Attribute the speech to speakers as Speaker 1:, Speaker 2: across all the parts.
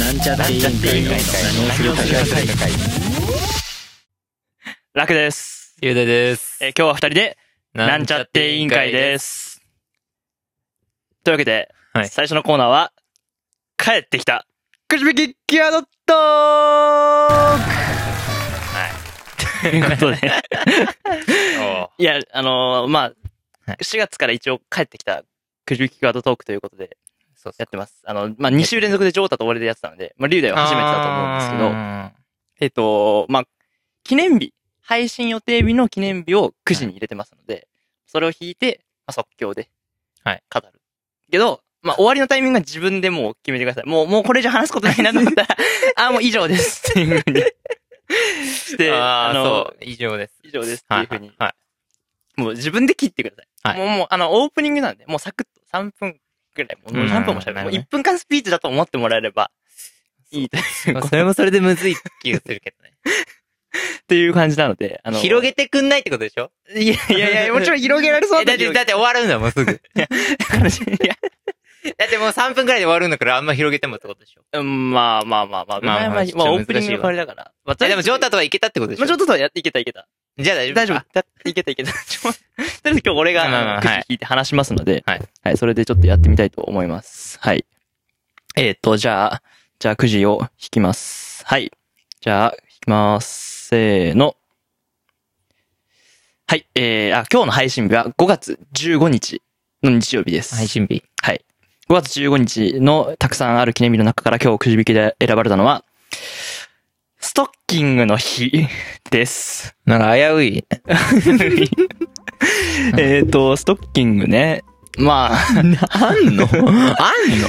Speaker 1: なんちゃって委員会の何をするか
Speaker 2: 楽です。
Speaker 3: ゆうだです。。
Speaker 2: えー今日は二人で、なんちゃって委員会ですす。というわけで、
Speaker 3: はい
Speaker 2: 最初のコーナーは、帰ってきた、くじ引きギアドットークはい。ということで、 いや、あのーまあ、
Speaker 3: はい
Speaker 2: 4月から一応帰ってきた、くじ引きギアドトークということで、
Speaker 3: そう
Speaker 2: やってます。あの、まあ、2週連続でジョータと俺でやってたので、まあ、リュウダイは初めてだと思うんですけど、えっと、まあ、記念日、配信予定日の記念日を9時に入れてますので、それを引いて、まあ、即興で、
Speaker 3: はい
Speaker 2: 語る。けど、まあ、終わりのタイミングは自分でもう決めてください。もう、もうこれ以上話すことないなと思 ったら、あ、もう以上ですっていうふうに。して、
Speaker 3: あ
Speaker 2: あ
Speaker 3: あ、
Speaker 2: の
Speaker 3: そ、う、以上です。
Speaker 2: 以上ですっていうふうに、
Speaker 3: はい。
Speaker 2: もう自分で切ってください。
Speaker 3: は
Speaker 2: もう、もう、あの、オープニングなんで、もうサクッと3分くらい、もう3分も喋
Speaker 3: う
Speaker 2: る。もう
Speaker 3: んなるほど
Speaker 2: 1
Speaker 3: ね
Speaker 2: 分間スピーチだと思ってもらえれば、いいという
Speaker 3: まあそれもそれでむずい気がするけどね。
Speaker 2: っていう感じなので、あの、
Speaker 3: 広げてくんないってことでしょ
Speaker 2: いやいやいや、もちろん広げられそう
Speaker 3: えだって、だって終わるんだもん、すぐ。だ
Speaker 2: いや、
Speaker 3: ってもう3分くらいで終わるんだから、あんま広げてもってことでしょ
Speaker 2: うんまあまあまあまあ、
Speaker 3: まあまあ
Speaker 2: まあ
Speaker 3: ちょっと
Speaker 2: まあオ
Speaker 3: 難
Speaker 2: ー
Speaker 3: しいわ
Speaker 2: プニングの代わりだから。まあ、
Speaker 3: えでも、ジョー
Speaker 2: と、
Speaker 3: タとはいけたってことでし
Speaker 2: ま
Speaker 3: ょ
Speaker 2: あ、ジョータとはやっていけたいけた。
Speaker 3: じゃあ大丈夫。
Speaker 2: 大丈夫。
Speaker 3: あ
Speaker 2: だ いけたいけた。 ちょとりあえず今日俺が、
Speaker 3: まあまあ
Speaker 2: あの
Speaker 3: はい
Speaker 2: くじ引いて話しますので、
Speaker 3: はい。
Speaker 2: はい、それでちょっとやってみたいと思います。はい。えっ、と、じゃあ、じゃあくじを引きます。はい。じゃあ、引きます。せーの。はい、えー、あ、今日の配信日は5月15日の日曜日です。
Speaker 3: 配信日。
Speaker 2: はい。5月15日のたくさんある記念日の中から今日くじ引きで選ばれたのは、ストッキングの日 です。
Speaker 3: なんか危うい。
Speaker 2: えっと、ストッキングね。まあ、 あんのあんの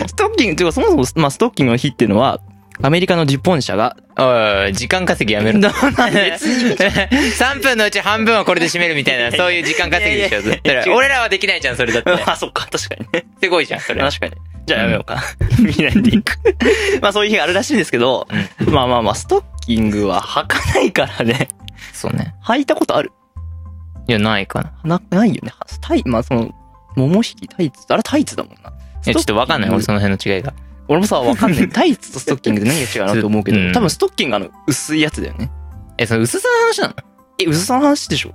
Speaker 2: ストッキング、ていうかそもそも、まあ、ストッキングの日っていうのは、アメリカの日本社が、
Speaker 3: おいおい、時間稼ぎやめ ろ。
Speaker 2: 別に
Speaker 3: 3分のうち半分はこれで締めるみたいな、そういう時間稼ぎでしょ。
Speaker 2: いやいやいや
Speaker 3: それ
Speaker 2: 違う
Speaker 3: 俺らはできないじゃん、それだって。
Speaker 2: あ、そっか、確かにね。
Speaker 3: すごいじゃん、それ。
Speaker 2: 確かに。じゃあやめようか。 見ないでいく。まあそういう日があるらしいですけど、まあまあまあ、ストッキングは履かないからね。
Speaker 3: そうね。
Speaker 2: 履いたことある
Speaker 3: いや、ないかな。
Speaker 2: な、ないよね。はタイ、まあ、その、桃引きタイツ、あれタイツだもんな。
Speaker 3: いや、ちょっとわかんない、
Speaker 2: ストッキング
Speaker 3: 俺その辺の違いが。
Speaker 2: 俺もさ、わかんない。タイツとストッキングで何が違うなと思うけど、
Speaker 3: うん
Speaker 2: 多分ストッキングあの、薄いやつだよね。
Speaker 3: え、その薄さの話なの
Speaker 2: え、薄さの話でしょ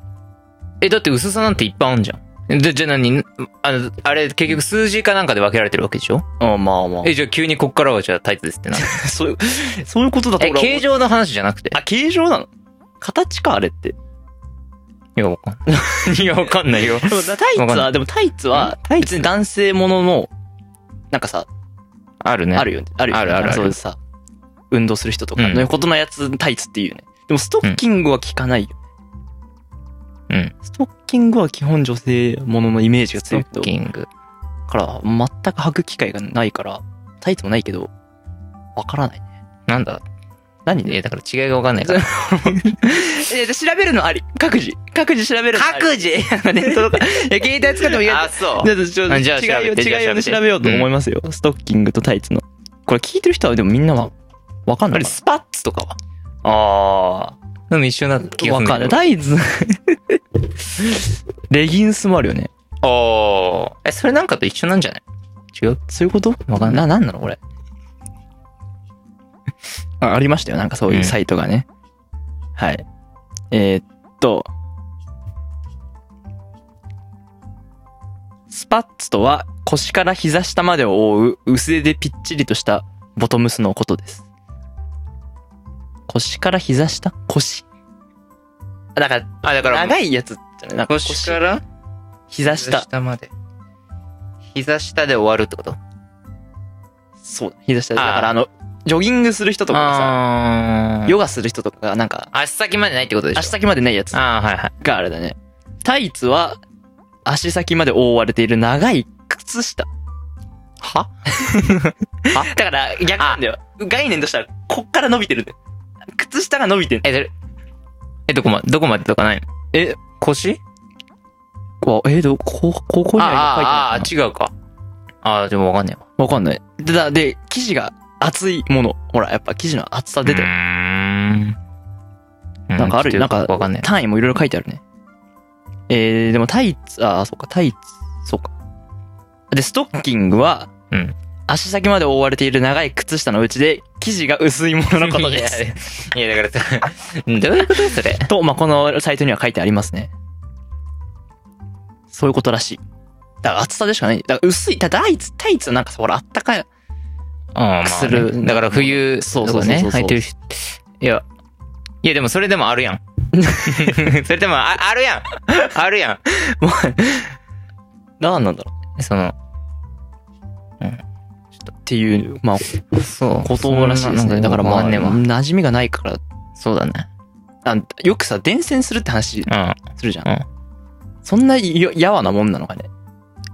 Speaker 3: え、だって薄さなんていっぱいあんじゃん。じゃ、じゃあ何あの、あれ、結局数字かなんかで分けられてるわけでしょ
Speaker 2: あまあま
Speaker 3: え、じゃあ急にこっからはじゃあタイツですってな。
Speaker 2: あ。そういう、そういうことだと
Speaker 3: え、
Speaker 2: 俺は思う
Speaker 3: 形状の話じゃなくて。
Speaker 2: あ、形状なの形か、あれって。
Speaker 3: いや、わかんな い。いや、わかんないよ。
Speaker 2: でもタイツ
Speaker 3: わかんな
Speaker 2: は、でもタイツは、別に男性ものの、なんかさ、
Speaker 3: あるね。
Speaker 2: あるよね。あるよね。
Speaker 3: あるあるある
Speaker 2: そういうさ、運動する人とか
Speaker 3: う
Speaker 2: の
Speaker 3: ん
Speaker 2: ことのやつ、タイツっていうよね。でもストッキングは効かないよね。
Speaker 3: うん。
Speaker 2: ストッキングは基本女性もののイメージが
Speaker 3: スト
Speaker 2: 強い
Speaker 3: ッ
Speaker 2: と
Speaker 3: キング。
Speaker 2: から、全く履く機会がないから、タイツもないけど、わからない。
Speaker 3: なんだ
Speaker 2: 何
Speaker 3: え、だから違いがわかんないから。
Speaker 2: え、調べるのあり。各自。各自調べるのあり。
Speaker 3: 各自
Speaker 2: ネットとか。いや、 携帯使ってもいいや
Speaker 3: あ、そ
Speaker 2: ちょっとちょっと
Speaker 3: あじゃあ調
Speaker 2: 違いを、
Speaker 3: べてじゃあ
Speaker 2: 違いをね
Speaker 3: 調べて
Speaker 2: 調べようと思いますよ。ストッキングとタイツの。これ聞いてる人はでもみんなは、わかん
Speaker 3: あ
Speaker 2: ない
Speaker 3: れ、
Speaker 2: か
Speaker 3: スパッツとかは
Speaker 2: な。あ
Speaker 3: でも一緒な気
Speaker 2: あ。
Speaker 3: が
Speaker 2: わ
Speaker 3: する。
Speaker 2: かんない。。タイツ。 レギンスもあるよね。
Speaker 3: おー。え、それなんかと一緒なんじゃない違う
Speaker 2: そういうこと
Speaker 3: わかんな
Speaker 2: な、
Speaker 3: い
Speaker 2: なんなのこれ。あありましたよ。なんかそういうサイトがね。はい。えーっと。スパッツとは腰から膝下までを覆う薄手でぴっちりとしたボトムスのことです。腰から膝下腰。あだから、
Speaker 3: あ、だから、
Speaker 2: 長いやつじゃないなんか
Speaker 3: 腰から
Speaker 2: 膝下。
Speaker 3: まで。膝下で終わるってこと
Speaker 2: そうだ。膝下。だ
Speaker 3: あー
Speaker 2: からあの、ジョギングする人とかがさ、
Speaker 3: あー
Speaker 2: ヨガする人とかがなんか、
Speaker 3: 足先までないってことでしょ
Speaker 2: 足先までないやつが
Speaker 3: ああ、はいはい。
Speaker 2: あれだね。タイツは、足先まで覆われている長い靴下。 ははだから、逆なんだよ。概念としては、こっから伸びてるんだよ。靴下が伸びてる。
Speaker 3: え、それえ、どこま、どこまでとかないの
Speaker 2: え、
Speaker 3: 腰
Speaker 2: わえー、ど、こ、ここ
Speaker 3: あ
Speaker 2: には
Speaker 3: あ、あ
Speaker 2: 今書いてないか
Speaker 3: あ、違うか。ああ、でもわかんねえわ。
Speaker 2: な。わかんない。で、だ、で、生地が厚いもの。ほら、やっぱ生地の厚さ出て
Speaker 3: う
Speaker 2: る。
Speaker 3: ーん。
Speaker 2: なんかある
Speaker 3: ちょっとよくわかんね
Speaker 2: 単位もいろいろ書いてあるね。えー、でもタイツ、あー、そうか、タイツ、そうか。で、ストッキングは、
Speaker 3: うん
Speaker 2: 足先まで覆われている長い靴下のうちで、生地が薄 いもののことです。
Speaker 3: いや、いやだからさ、 どういうこと それ。
Speaker 2: と、まあ、このサイトには書いてありますね。そういうことらしい。だから厚さでしかない。だから薄い、だタイツ、タイツなんかさ、ほら、あったかい。
Speaker 3: うん、まあね
Speaker 2: する
Speaker 3: だから冬
Speaker 2: そう
Speaker 3: と
Speaker 2: そうそう
Speaker 3: か
Speaker 2: そう
Speaker 3: ね、履いてる人。いや、いやでもそれでもあるや ん。それでもああるやんあるや
Speaker 2: なんなんだろ
Speaker 3: んその、
Speaker 2: うっていう、まあ、
Speaker 3: そう。
Speaker 2: ことらしいです
Speaker 3: そんなな
Speaker 2: ね。
Speaker 3: ん
Speaker 2: だからまあ、
Speaker 3: わんねえわ
Speaker 2: 馴染みがないから、
Speaker 3: そうだね。
Speaker 2: あよくさ、伝染するって話
Speaker 3: うん。
Speaker 2: するじゃん。
Speaker 3: うん
Speaker 2: そんなよ、やわなもんなのかね。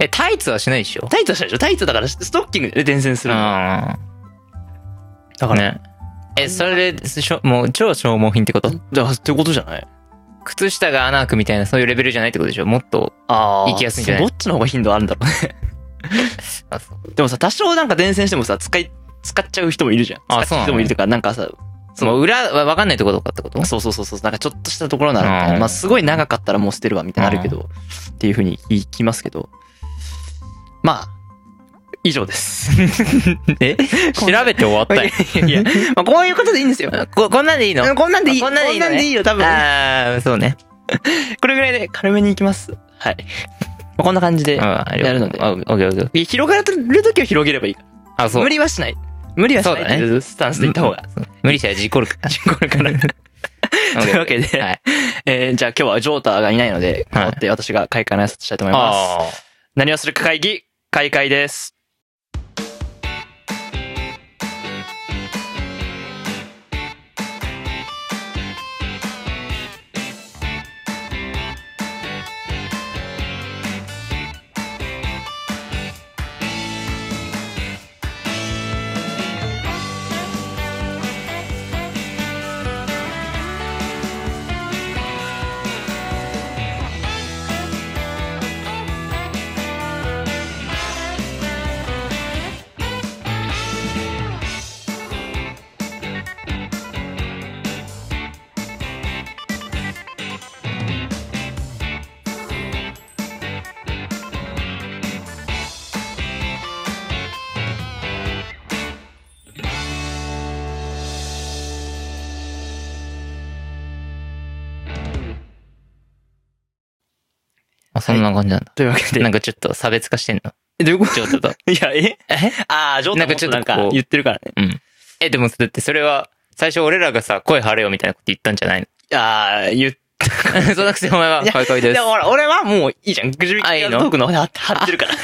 Speaker 3: え、タイツはしないでしょ
Speaker 2: タイツはしたでしょタイツだから、ストッキングで伝染す
Speaker 3: うん。
Speaker 2: るの。
Speaker 3: だ
Speaker 2: だか
Speaker 3: か
Speaker 2: ら、
Speaker 3: らね。え、それで、しょもう超消耗品ってこと
Speaker 2: だからってことじゃない
Speaker 3: 靴下が穴開くみたいな、そういうレベルじゃないってことでしょもっと、
Speaker 2: あ
Speaker 3: ー
Speaker 2: 行きやすいんじゃないどっちの方が頻度あるんだろうね。
Speaker 3: あそ う
Speaker 2: でもさ、多少なんか伝染してもさ、使い、使っちゃう人もいるじゃん。使
Speaker 3: あ
Speaker 2: っちゃう人もいるとか、なんかさ、
Speaker 3: その裏は分かんないところとかっ てこと
Speaker 2: そうそうそうそう、なんかちょっとしたところならみたいな
Speaker 3: うん
Speaker 2: まあすごい長かったらもう捨てるわ、みたいなのあるけど、っていうふうに言いきますけど。まあ、以上です。
Speaker 3: え調べて終わったよ。
Speaker 2: いや、まあこういう ことでいいんですよ。
Speaker 3: こ、こんなんでいいの
Speaker 2: こんなんでいい。
Speaker 3: こんなんでいいのね
Speaker 2: よ、多分。
Speaker 3: ああ、そうね。
Speaker 2: これぐらいで軽めにいきます。はい。まあこんな感じで、や
Speaker 3: や
Speaker 2: るので
Speaker 3: オッケーオッケー。
Speaker 2: 広がるときは広げればいいから。
Speaker 3: あ、そう
Speaker 2: 無。理はしない。無理はしないっていうスタンスでいった方が。
Speaker 3: 無理したら事故る から。
Speaker 2: これ から。というわけで、
Speaker 3: はい。
Speaker 2: えーじゃあ今日はジョーターがいないので、
Speaker 3: は
Speaker 2: 代
Speaker 3: い
Speaker 2: わって私が開会の挨拶したいと思います。
Speaker 3: あ
Speaker 2: 何をするか会議、開会です。
Speaker 3: あ。そんな感じなんだ。
Speaker 2: というわけで。
Speaker 3: なんかちょっと差別化してん の。
Speaker 2: えどういうこと
Speaker 3: ちょっと。
Speaker 2: いや、えああ、ジョーターもっとなん
Speaker 3: なんかち
Speaker 2: か
Speaker 3: ょっとこう
Speaker 2: 言ってるからね。
Speaker 3: え、でもだってそれは、最初俺らがさ、声張れよみたいなこと言ったんじゃない
Speaker 2: ああ、言って。
Speaker 3: のそんなくせお前は、
Speaker 2: いや
Speaker 3: はいはいで。
Speaker 2: ですもほら、俺はもういいじゃん。グジュビ
Speaker 3: あい
Speaker 2: ッ
Speaker 3: い
Speaker 2: ク
Speaker 3: の
Speaker 2: トークの方で貼って貼ってるから。こ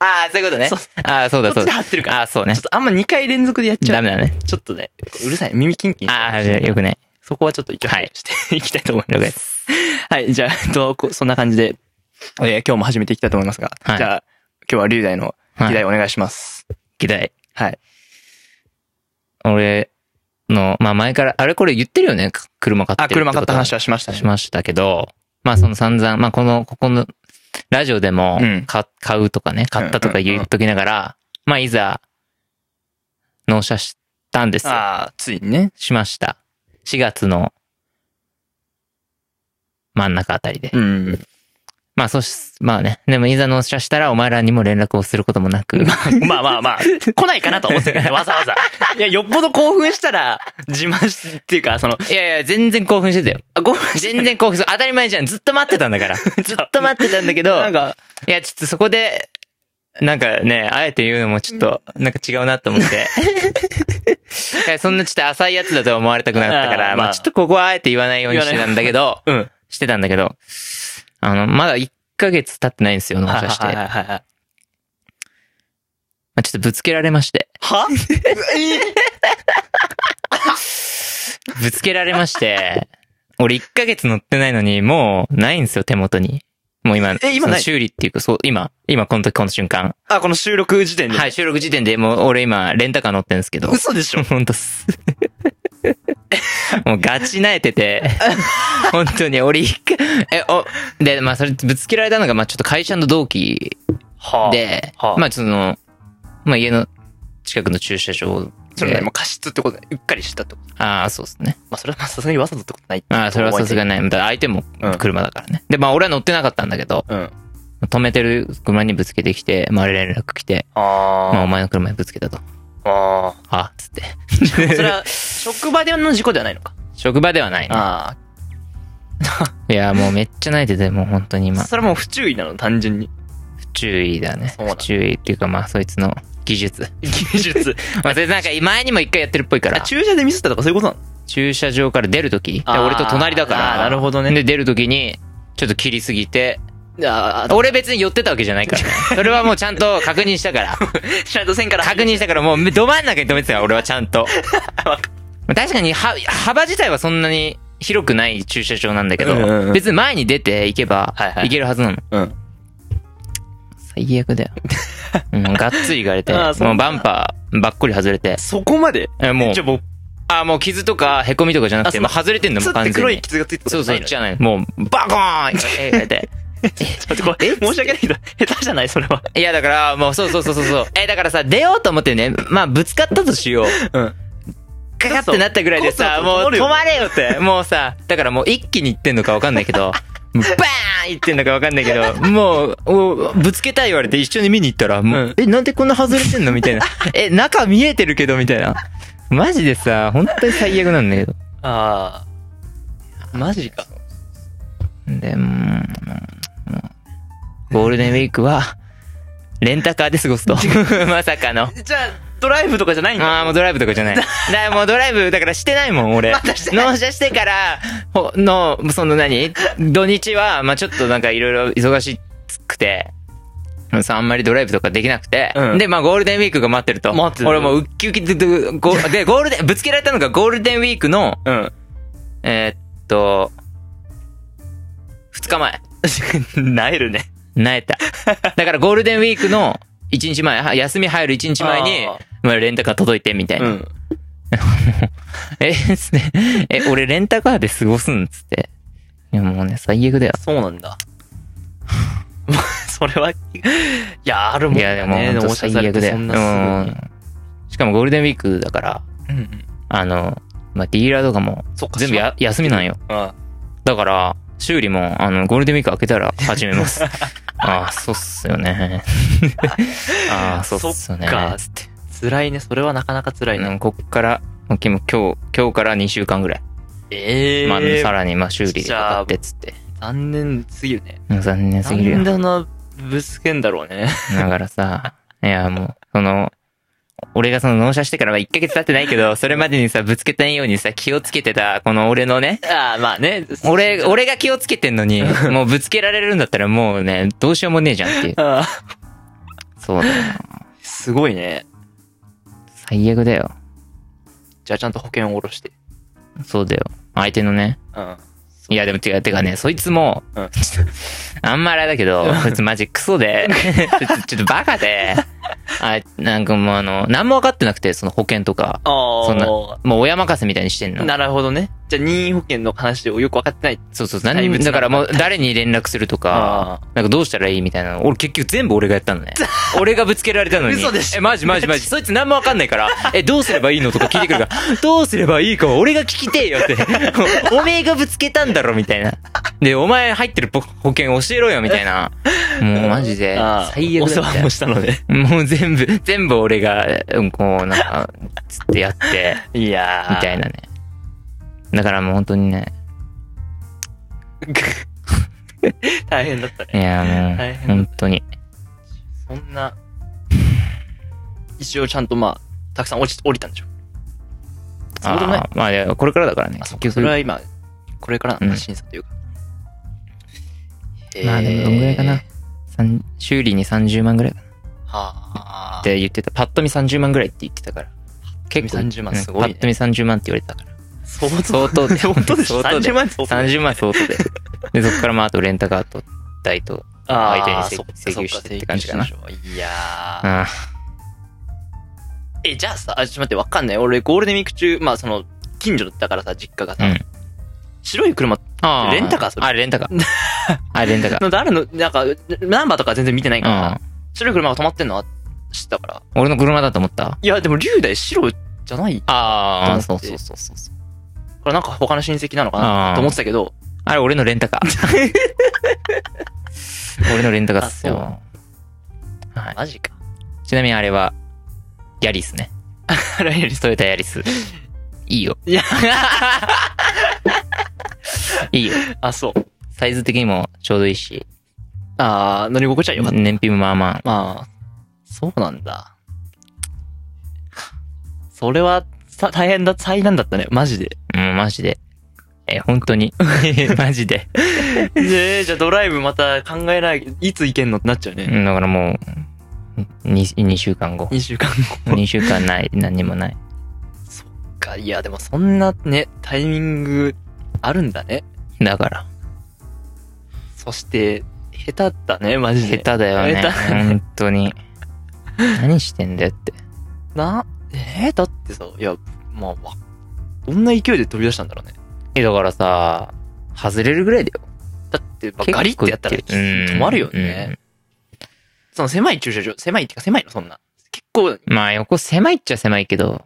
Speaker 3: ああ、そういうことね
Speaker 2: そう
Speaker 3: ああ、そうだそ
Speaker 2: っちで
Speaker 3: うだ。
Speaker 2: 貼ってるから。
Speaker 3: ああ、そうね
Speaker 2: ちょっ。とあんま2回連続でやっちゃ
Speaker 3: ダ
Speaker 2: う。
Speaker 3: メだね。
Speaker 2: ちょっとね、うるさい。耳キンキンして
Speaker 3: ああ、よくない。
Speaker 2: そこはちょっと一応、
Speaker 3: はい
Speaker 2: していきたいと 思い
Speaker 3: 了
Speaker 2: ま。
Speaker 3: 解です
Speaker 2: はい、じゃあ、えっと、こそんな感じで、えー今日も始めていきたいと思いますが、
Speaker 3: はい
Speaker 2: じゃあ、今日は龍大の議題お願いします。
Speaker 3: 議題。
Speaker 2: はい。
Speaker 3: 俺の、まあ前から、あれこれ言ってるよね。か車買ってる
Speaker 2: あ、
Speaker 3: ってこと
Speaker 2: 車買った話はしましたね
Speaker 3: し。ましたけど、まあその散々、まあこの、ここの、ラジオでも
Speaker 2: うん
Speaker 3: か、買うとかね、買ったとか言っときながら、まあいざ、納車したんですよ。
Speaker 2: ああ、ついにね。
Speaker 3: しました。4月の真ん中あたりで。
Speaker 2: うん。
Speaker 3: まあそし、まあね、でもいざ納車したらお前らにも連絡をすることもな く、
Speaker 2: まあまあまあ、来ないかなと思ってたけどわざわざ。 いや、よっぽど興奮したら、自慢し、っていうか、その、
Speaker 3: いやいや、全然興奮してたよ。
Speaker 2: あ、興奮し
Speaker 3: 全然興奮する。当たり前じゃん。ずっと待ってたんだから。 ずっと待ってたんだけど、
Speaker 2: なんか、
Speaker 3: いや、ちょっとそこで、なんかね、あえて言うのもちょっと、なんか違うなと 思って。いやそんなちょっと浅いやつだとは思われたくなかったか
Speaker 2: あ
Speaker 3: ら、
Speaker 2: ーまあ
Speaker 3: まあちょっとここはあえて言わないようにしてたんだけど、
Speaker 2: うん。
Speaker 3: してたんだけど、あの、まだ1ヶ月経ってないんですよ、納
Speaker 2: は
Speaker 3: 車して。ま
Speaker 2: いはい。
Speaker 3: あちょっとぶつけられまして。
Speaker 2: は
Speaker 3: ぶつけられ まして、俺1ヶ月乗ってないのに、もうないんですよ、手元に。もう今、
Speaker 2: え今
Speaker 3: その
Speaker 2: ない
Speaker 3: 修理っていうか、そう、今、今この時この瞬間。
Speaker 2: あ、この収録時点で。
Speaker 3: はい、収録時点でもう俺今、レンタカー乗ってるんですけど。
Speaker 2: 嘘でしょ
Speaker 3: 本当っす。もうガチなえてて、 本当に俺一回、え、お、で、まあそれぶつけられたのが、まあちょっと会社の同期
Speaker 2: はで、
Speaker 3: で、
Speaker 2: はあ
Speaker 3: まあその、まあ家の近くの駐車場
Speaker 2: それね、
Speaker 3: で、
Speaker 2: もう過失ってことで、うっかりしたってこと。
Speaker 3: ああ、そうですね。
Speaker 2: まあ、それはまあさすがにわざとってことない
Speaker 3: まあそれはさすがにない。だから相手も
Speaker 2: うん
Speaker 3: 車だからね。で、まあ俺は乗ってなかったんだけど、
Speaker 2: うん。
Speaker 3: 止めてる車にぶつけてきて、まあ、連絡来て、まあ、お
Speaker 2: あ
Speaker 3: 前の車にぶつけたと。
Speaker 2: あ。あ
Speaker 3: あ、つって。
Speaker 2: あ。それは、職場での事故ではないのか。
Speaker 3: 職場ではないね。
Speaker 2: あ
Speaker 3: いや、もうめっちゃ泣いてて、もう本当に
Speaker 2: あ。
Speaker 3: 今、
Speaker 2: それはもう不注意なの、単純に。
Speaker 3: 不 注意だね。
Speaker 2: そうだ
Speaker 3: 不注意っていうか、まあ、そいつの技術。
Speaker 2: 技術。
Speaker 3: まあ、それなんか前にも一回やってるっぽいか
Speaker 2: あ
Speaker 3: ら、
Speaker 2: 駐車でミスったとかそういうことなの
Speaker 3: 駐車場から出るとき、
Speaker 2: あー
Speaker 3: 俺と隣だから
Speaker 2: あ、ーなるほどね
Speaker 3: で、出るときに、ちょっと切りすぎて、
Speaker 2: いや、あ
Speaker 3: 俺別に寄ってたわけじゃないからね。 それはもうちゃんと確認したから。
Speaker 2: ちゃんと線から
Speaker 3: 確認したからもうど真ん中に止めてたよ、俺はちゃん と。確かには、幅自体はそんなに広くない駐車場なんだけど、
Speaker 2: うんうんうん
Speaker 3: 別に前に出て行けば
Speaker 2: はいはい
Speaker 3: 行けるはずなの。
Speaker 2: うん
Speaker 3: 最悪 だよ。うん、がっつりいかれて、
Speaker 2: あ
Speaker 3: も
Speaker 2: ーそんな
Speaker 3: うバンパーばっこり外れて、
Speaker 2: そこまで
Speaker 3: えもう
Speaker 2: じゃあ、もう、
Speaker 3: あー、もう傷とか凹みとかじゃなくて、
Speaker 2: あそ
Speaker 3: も
Speaker 2: う
Speaker 3: う外れてんの、
Speaker 2: つ
Speaker 3: もう
Speaker 2: っ
Speaker 3: 完
Speaker 2: て
Speaker 3: 全
Speaker 2: 黒い
Speaker 3: に。
Speaker 2: 傷がついて
Speaker 3: そうそう、
Speaker 2: ち
Speaker 3: じ
Speaker 2: ょ
Speaker 3: ゃない。もう、バコ ーンええええ
Speaker 2: っとこれ、申し訳ないけど、下手じゃないそれは。
Speaker 3: いや、だから、もう、そうそうそうそうそう。え、だからさ、出ようと思ってね、まあ、ぶつかったとしよう。
Speaker 2: うん。
Speaker 3: かかってなったぐらいでさ、
Speaker 2: そう
Speaker 3: もう
Speaker 2: そう
Speaker 3: 止まれよって。もうさ、だからもう一気に行ってんのかわかんない けど、もうバーン行ってんのかわかんないけど、もう、もうぶつけたい言われて一緒に見に行ったら、もう、
Speaker 2: うん
Speaker 3: え、なんでこんな外れてんのみたいな。え、中見えてるけど、みたいな。マジでさ、本当に最悪なんだけど。
Speaker 2: ああ。マジか。
Speaker 3: で、もうもうもうゴールデンウィークは、レンタカーで過 ごすと。まさかの。
Speaker 2: じゃあ、ドライブとかじゃないんだ。
Speaker 3: ああ、もうドライブと かじゃない。だからもうドライブ、だからしてないもん、俺。納車してから、ほ、の、その何土日は、まあちょっとなんかいろいろ忙しくて、さあんまりドライブとかできなくて、
Speaker 2: うん
Speaker 3: で、まあゴールデンウィークが待ってると。
Speaker 2: 待ってる
Speaker 3: 俺もうウッキウキで、で、ゴーでゴールデン、ぶつけられたのがゴールデンウィークの、
Speaker 2: うん。
Speaker 3: えーっと、二日前。
Speaker 2: なえるね。
Speaker 3: な えた。だからゴールデンウィークの一日前、は休み入る一日前に
Speaker 2: あー、
Speaker 3: まあレンタカー届いてみたいな。
Speaker 2: ん。
Speaker 3: え、ですね。え、俺レンタカーで過ごすんっつって。いやもうね、最悪だよ。
Speaker 2: そうなんだ。 それは、いや、あるもん
Speaker 3: い
Speaker 2: だ
Speaker 3: や、でも、
Speaker 2: ね。
Speaker 3: 本当最悪だよ。
Speaker 2: そんなす
Speaker 3: うん。しかもゴールデンウィークだから、
Speaker 2: ごい。うんうん。
Speaker 3: あの、まあ、ディーラーとかも
Speaker 2: そっか。
Speaker 3: 全部や休みなんよ。
Speaker 2: あ
Speaker 3: だから、修理も、あの、ゴールデンウィーク明けたら始 めます。ああ、そうっすよね。ああ、そうっすよね。
Speaker 2: そっか
Speaker 3: つって。
Speaker 2: 辛いね。それはなかなか辛いね。
Speaker 3: うんこっから、もう今日、今日から2週間ぐらい。
Speaker 2: ええ
Speaker 3: まあ、さ
Speaker 2: ー。
Speaker 3: らに、まあ、修理でかかってっつって。
Speaker 2: 残念すぎるね。
Speaker 3: うん残念すぎるよ
Speaker 2: なん。であんなぶつけんだろう ね。
Speaker 3: だからさ、いやもう、その、俺がその納車してからは1ヶ月経ってない けど、それまでにさ、ぶつけたいようにさ、気をつけてた、この俺のね、
Speaker 2: ああ、まあね。
Speaker 3: 俺、俺が気をつけてんの に、もうぶつけられるんだったらもうね、どうしようもねえじゃんっていう。
Speaker 2: ああ。
Speaker 3: そうだよな。
Speaker 2: すごいね。
Speaker 3: 最悪だよ。
Speaker 2: じゃあちゃんと保険を下ろして。
Speaker 3: そうだよ。相手のね。
Speaker 2: うん。
Speaker 3: いやでもてか、てかね、そいつも、
Speaker 2: うん
Speaker 3: ちょっと あんまあれだけど、そいつマジクソで、 そいつちょっとバカで、あ、なんかもうあの、何も分かってなくて、その保険とか、
Speaker 2: ああ。
Speaker 3: そんなもう親任せみたいにしてんの。
Speaker 2: なるほどね。じゃあ任意保険の話をよく分かってない。
Speaker 3: そうそう、
Speaker 2: 怪
Speaker 3: 何
Speaker 2: 物
Speaker 3: だ
Speaker 2: だ
Speaker 3: からもう誰に連絡するとか
Speaker 2: あ、
Speaker 3: なんかどうしたらいいみたいなの。俺結局全部俺がやったの ね。俺がぶつけられたのに。
Speaker 2: 嘘でしょ
Speaker 3: え、マジマジマ ジ。そいつ何もわかんないから、え、どうすればいいのとか聞いてくるから、 どうすればいいかは俺が聞きてえよって。 おめえがぶつけたんだろみたいな。で、お前入ってる保保険教えろよみたいな。もうマジで
Speaker 2: ああ、
Speaker 3: 最悪だっ
Speaker 2: お世
Speaker 3: た
Speaker 2: 話
Speaker 3: よ
Speaker 2: もしたので。
Speaker 3: もう全部、全部俺が、うんこう、なんか、つってやって。
Speaker 2: いやー。
Speaker 3: みたいなね。だからもう本当にね、
Speaker 2: 大変だったね。
Speaker 3: いや
Speaker 2: 大
Speaker 3: もう、
Speaker 2: 変
Speaker 3: 本当に。
Speaker 2: そんな、一応ちゃんとまあ、たくさん落ち、降りたんでしょ。そうでもない
Speaker 3: あーまあいや、これからだからね。
Speaker 2: あ、そ
Speaker 3: 結
Speaker 2: っかそ
Speaker 3: 局
Speaker 2: れは今、これからなんだ
Speaker 3: うん
Speaker 2: 審査というか。
Speaker 3: まあでもどんぐらいかな
Speaker 2: へー
Speaker 3: 三修理に30万ぐらいかな
Speaker 2: はあ。
Speaker 3: っ
Speaker 2: で、
Speaker 3: て言ってた。パッと見30万ぐらいって言って たから。
Speaker 2: 結構30万すごいね
Speaker 3: うんパッと見30万って言われてたから。
Speaker 2: 相
Speaker 3: 相当 で。
Speaker 2: 相当でしょ
Speaker 3: 相当で
Speaker 2: 30万相当
Speaker 3: 30万相当 で。で、そこからまああとレンタカーと代と。相手に請
Speaker 2: そっか
Speaker 3: 請求してって感じかな
Speaker 2: そっか請求してでしょいやー。
Speaker 3: うん。
Speaker 2: え、じゃあさ、あ、ちょっと待って、わかんない。俺、ゴールデンウィーク中、まあ、その、近所だからさ、実家がさ、
Speaker 3: うん
Speaker 2: 白い車
Speaker 3: あー
Speaker 2: レンタカーそれ
Speaker 3: あ、レンタカ ー。あ、レンタカー。
Speaker 2: の、誰の、なんか、ナンバーとか全然見てないからさ、
Speaker 3: うん。
Speaker 2: 白い車が止まってんのは知ったから。
Speaker 3: 俺の車だと思った
Speaker 2: いや、でも、龍大白じゃない
Speaker 3: ああ、
Speaker 2: と
Speaker 3: そ
Speaker 2: 思
Speaker 3: う
Speaker 2: って
Speaker 3: そうそうそうそう。
Speaker 2: これなんか他の親戚なのか
Speaker 3: あー
Speaker 2: なと思ってたけど、
Speaker 3: あれ、俺のレンタカー。 俺のレンタカーっすよ。はい。
Speaker 2: マジか。
Speaker 3: ちなみにあれは、ヤリスね。
Speaker 2: あらゆる
Speaker 3: トヨタヤリス。いいよ。
Speaker 2: いや、
Speaker 3: いいよ。
Speaker 2: あ、そう。
Speaker 3: サイズ的にもちょうどいいし、
Speaker 2: あー乗り心地は良かった。
Speaker 3: 燃費もまあまあ。
Speaker 2: まあ、そうなんだ。それは、さ大変だ、災難だったね。マジで。
Speaker 3: うん、マジで。え、本当 に。マジで。
Speaker 2: えー、じゃあドライブまた考えない、いつ行けんのってなっちゃう
Speaker 3: う
Speaker 2: ね。
Speaker 3: んだからもう、2, 週間後。
Speaker 2: 2週間後。
Speaker 3: 2週間ない、何にもない。
Speaker 2: か いや、でもそんなね、タイミングあるんだね。
Speaker 3: だから。
Speaker 2: そして、下手だね、マジ
Speaker 3: 下
Speaker 2: で。
Speaker 3: 手だよね。
Speaker 2: 下手だね
Speaker 3: 本当に。何してんだよって。
Speaker 2: な、えー、だってさ、いや、まあ、わどんな勢いで飛び出したんだろうね。
Speaker 3: え、だからさ、外れるぐらいだよ。
Speaker 2: だって、まあ、ガリってやったら
Speaker 3: 結構いって
Speaker 2: 止まるよね。。
Speaker 3: うん
Speaker 2: その狭い駐車場、狭いっていうか狭いの、そんな。結構、
Speaker 3: まあ横狭いっちゃ狭いけど、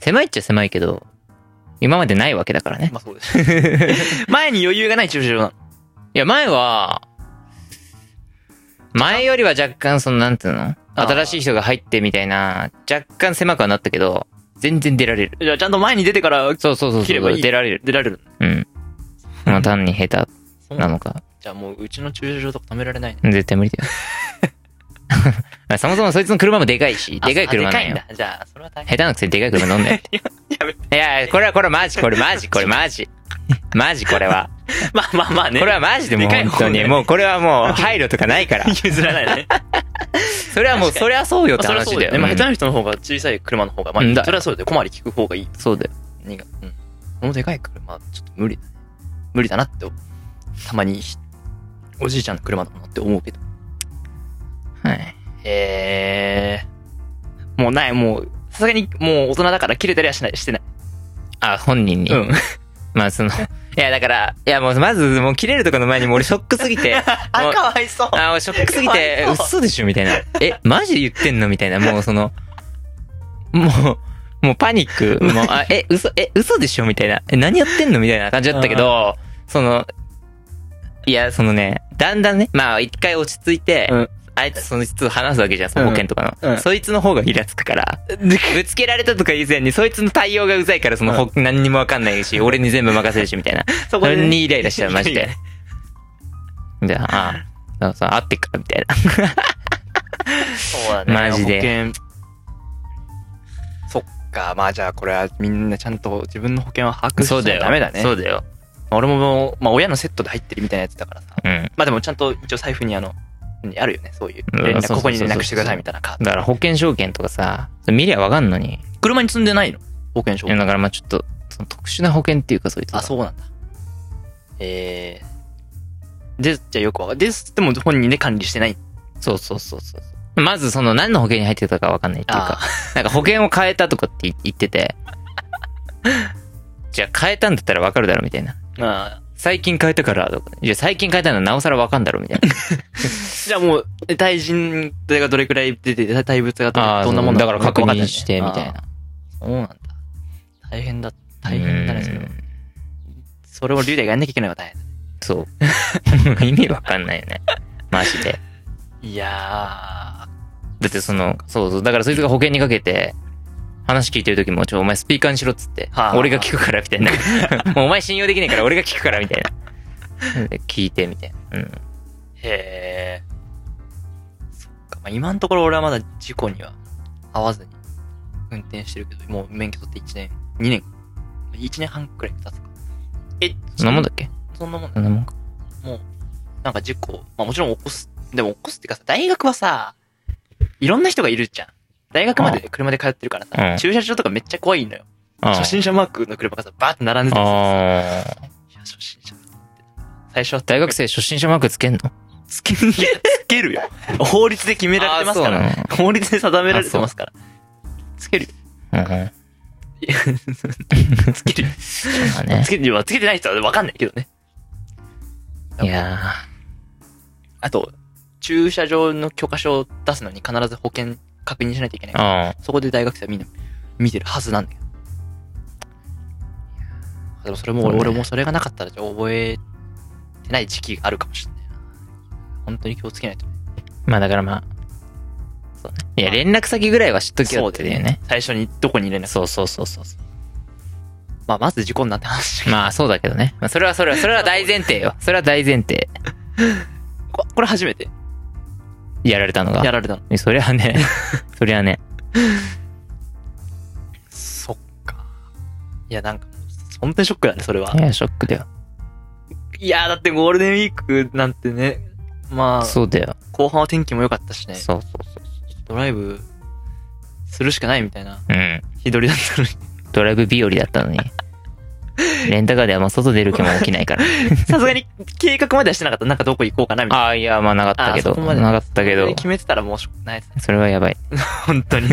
Speaker 3: 狭いっちゃ狭いけど、今までないわけだからね。
Speaker 2: まあそう です。前に余裕がない駐車場なの。
Speaker 3: いや、前は、前よりは若干その、なんていうの
Speaker 2: あー
Speaker 3: 新しい人が入ってみたいな、若干狭くはなったけど、全然出られる。
Speaker 2: じゃあ、ちゃんと前に出てから
Speaker 3: そうそうそう
Speaker 2: 切
Speaker 3: そ
Speaker 2: れば
Speaker 3: う
Speaker 2: いい
Speaker 3: 出られる。
Speaker 2: 出られる
Speaker 3: うん。まあ単に下手
Speaker 2: の。
Speaker 3: なのか。
Speaker 2: じゃあもう、うちの駐車場とか止められないね。
Speaker 3: 絶対無理だ よ。そもそもそいつの車もでかいし、でかい車
Speaker 2: あで
Speaker 3: な
Speaker 2: か
Speaker 3: ん
Speaker 2: い
Speaker 3: よ
Speaker 2: ん。だ。じゃあ、それは大変。
Speaker 3: 下手なくせにでかい 車乗んないって。
Speaker 2: やめて。
Speaker 3: いやいや、これはこれマジ、これマジ、これマジ。 マジこれは。
Speaker 2: まあまあまあね。
Speaker 3: これはマジでもう
Speaker 2: でかい
Speaker 3: 本
Speaker 2: 方
Speaker 3: 当
Speaker 2: ね
Speaker 3: に。もうこれはもう配慮とかないから。
Speaker 2: 譲らないね。
Speaker 3: それはもう、そりゃそうよって
Speaker 2: まあ
Speaker 3: 話
Speaker 2: それはそう
Speaker 3: だ
Speaker 2: だよね。
Speaker 3: よ。
Speaker 2: まあ、下手
Speaker 3: うん
Speaker 2: な人の方が小さい車の方が、ま
Speaker 3: うん
Speaker 2: あ、
Speaker 3: だ
Speaker 2: それはそうだよ。小回り聞く方がいい。
Speaker 3: そうだよ。
Speaker 2: にが、うん。このでかい車、ちょっと無理だね。無理だなって、たまに、おじいちゃんの車だなって思うけど。
Speaker 3: はい。
Speaker 2: へえ。もうない、もう、さすがにもう大人だから切れたりはしない、してない。
Speaker 3: あ、本人に。
Speaker 2: うん。
Speaker 3: まあ その、いやだから、いやもうまずもう切れるとかの前にもう俺ショックす ぎて、もう
Speaker 2: わいそう
Speaker 3: あ、もうショックすぎて、
Speaker 2: かわいそう
Speaker 3: 嘘でしょみたいな。え、マジで言ってんのみたいな。もうその、もう、もうパニック。もう、あ、え、嘘、え、嘘でしょみたいな。え、何やってんのみたいな感じだったけど、その、いや、そのね、だんだんね、まあ一回落ち着いて、
Speaker 2: うん
Speaker 3: あいつその人と話すわけじゃん、その保険とかの。
Speaker 2: うんうん
Speaker 3: そいつの方がイラつくから。ぶつけられたとか以前に、そいつの対応がうざいから、その、ほ何にもわかんないし、俺に全部任せるし、みたいな。
Speaker 2: そ
Speaker 3: それにイライラしちゃう、マジで。じゃあ、ああ、そうそう、会ってっから、みたいな。
Speaker 2: そうだね。
Speaker 3: マジで
Speaker 2: 保険。そっか、まあじゃあこれはみんなちゃんと自分の保険は把握しないとダメだね。
Speaker 3: そうだよ。
Speaker 2: まあ俺ももう、まあ親のセットで入ってるみたいなやつだからさ。
Speaker 3: うん。
Speaker 2: まあでもちゃんと一応財布にあの、にあるよね、そういう。
Speaker 3: うん
Speaker 2: 連絡
Speaker 3: そうそうそうそう
Speaker 2: ここに連絡してくださいみたいなカード
Speaker 3: だから保険証券とかさ、見りゃわかんのに。
Speaker 2: 車に積んでないの保険証
Speaker 3: いや。だからまあちょっと、その特殊な保険っていうかそういう
Speaker 2: あ、そうなんだ。えー。で、じゃあよくわかる。です。でも本人で管理してない。
Speaker 3: そうそうそうそうそう。まずその何の保険に入ってたかわかんないっていうか、なん か保険を変えたとかって言って て、じゃあ変えたんだったらわかるだろみたいな。
Speaker 2: あ
Speaker 3: 最近変えたからとか、いや最近変えたのなおさらわかんだろみたい な。
Speaker 2: じゃあもう、え大臣がどれくらい出てて、大仏がど
Speaker 3: ああ、
Speaker 2: どんなもん
Speaker 3: だ
Speaker 2: な
Speaker 3: か
Speaker 2: の
Speaker 3: ら確認してみたい。
Speaker 2: わかん
Speaker 3: な。
Speaker 2: ないねああそうなんだ。大変だ。大変だね、それ
Speaker 3: う
Speaker 2: は
Speaker 3: ん。
Speaker 2: それを龍大がやんなきゃいけないのが大変
Speaker 3: そう。 意味わかんないよね。マジで。
Speaker 2: だ。いや
Speaker 3: だってその、そうそう。だからそいつが保険にかけて、話聞いてる時も、ちょ、お前スピーカーにしろっつって
Speaker 2: はあは、あ
Speaker 3: 俺が聞くからみ たいな。もうお前信用できないから俺が聞くからみたいな。で聞いてみたいな。うん。
Speaker 2: ー。へえ。そっか。まあ、今のところ俺はまだ事故には合わずに運転してるけど、もう免許取って1年、2年、1年半くらい経つか。え、
Speaker 3: そんなもんだっけ
Speaker 2: そんなもんだ
Speaker 3: そんなもんか。
Speaker 2: もう、なんか事故、まあもちろん起こす、でも起こすっていうかさ、大学はさ、いろんな人がいるじゃん。大学まで車で通ってるからさ、
Speaker 3: うん
Speaker 2: 駐車場とかめっちゃ怖いのよ。
Speaker 3: ああ
Speaker 2: 初心者マークの車がさ、バーって並んでてさ、
Speaker 3: ああ。
Speaker 2: いや初心者最初は
Speaker 3: 大学生初心者マークつけんの
Speaker 2: つけ、いやつけるよ。法律で決められてますか
Speaker 3: あ
Speaker 2: ら
Speaker 3: そうな。
Speaker 2: 法律で定められてますから。つけるよ。
Speaker 3: うん。ま
Speaker 2: いやつけるよ。
Speaker 3: あね
Speaker 2: つ。けて、まあつけてない人はわかんないけどね。
Speaker 3: いや
Speaker 2: あと、駐車場の許可証を出すのに必ず保険確認しないといけない
Speaker 3: ー。ああ。
Speaker 2: そこで大学生はみんな見てるはずなんだけど。でもそれも
Speaker 3: そうね
Speaker 2: 俺もそれがなかったらじゃあ覚えてない時期があるかもしれないな。本当に気をつけないと。
Speaker 3: まあだからまあ。そうね。いや、
Speaker 2: まあ
Speaker 3: 連絡先ぐらいは知っとき
Speaker 2: そ
Speaker 3: よ
Speaker 2: う
Speaker 3: っ
Speaker 2: だ
Speaker 3: て
Speaker 2: よ
Speaker 3: いう
Speaker 2: ね
Speaker 3: ね。
Speaker 2: 最初にどこに入れなく
Speaker 3: そうそうそうそう。
Speaker 2: まあまず事故になって話。
Speaker 3: まあそうだけどね。まあそれはそれは、それは大前提 よ。それは大前提。
Speaker 2: ここれ初めて
Speaker 3: やられたの
Speaker 2: や
Speaker 3: が。
Speaker 2: られたの。
Speaker 3: そりゃ ね、そりゃね。。
Speaker 2: そっか。いやなんか、本当にショックだね、それはい
Speaker 3: や、ショックだよ。
Speaker 2: いやだってゴールデンウィークなんてね、まあ、
Speaker 3: そうだよ。
Speaker 2: 後半は天気も良かったしね、
Speaker 3: そうそうそ
Speaker 2: ドライブするしかないみたいな、
Speaker 3: う。うん。
Speaker 2: 日取りだったのに。
Speaker 3: ドライブ日和だった のに。レンタカーではまあ外出る気も起きな いから。
Speaker 2: さすがに計画まではしてなかった。なんかどこ行こうかな、みたいな。
Speaker 3: ああ、いや、まあなかったけ
Speaker 2: あそ
Speaker 3: ど。
Speaker 2: こまで
Speaker 3: なかったけど。
Speaker 2: 決めてたらもうしょうがないですね。
Speaker 3: それはやばい。
Speaker 2: 本当に。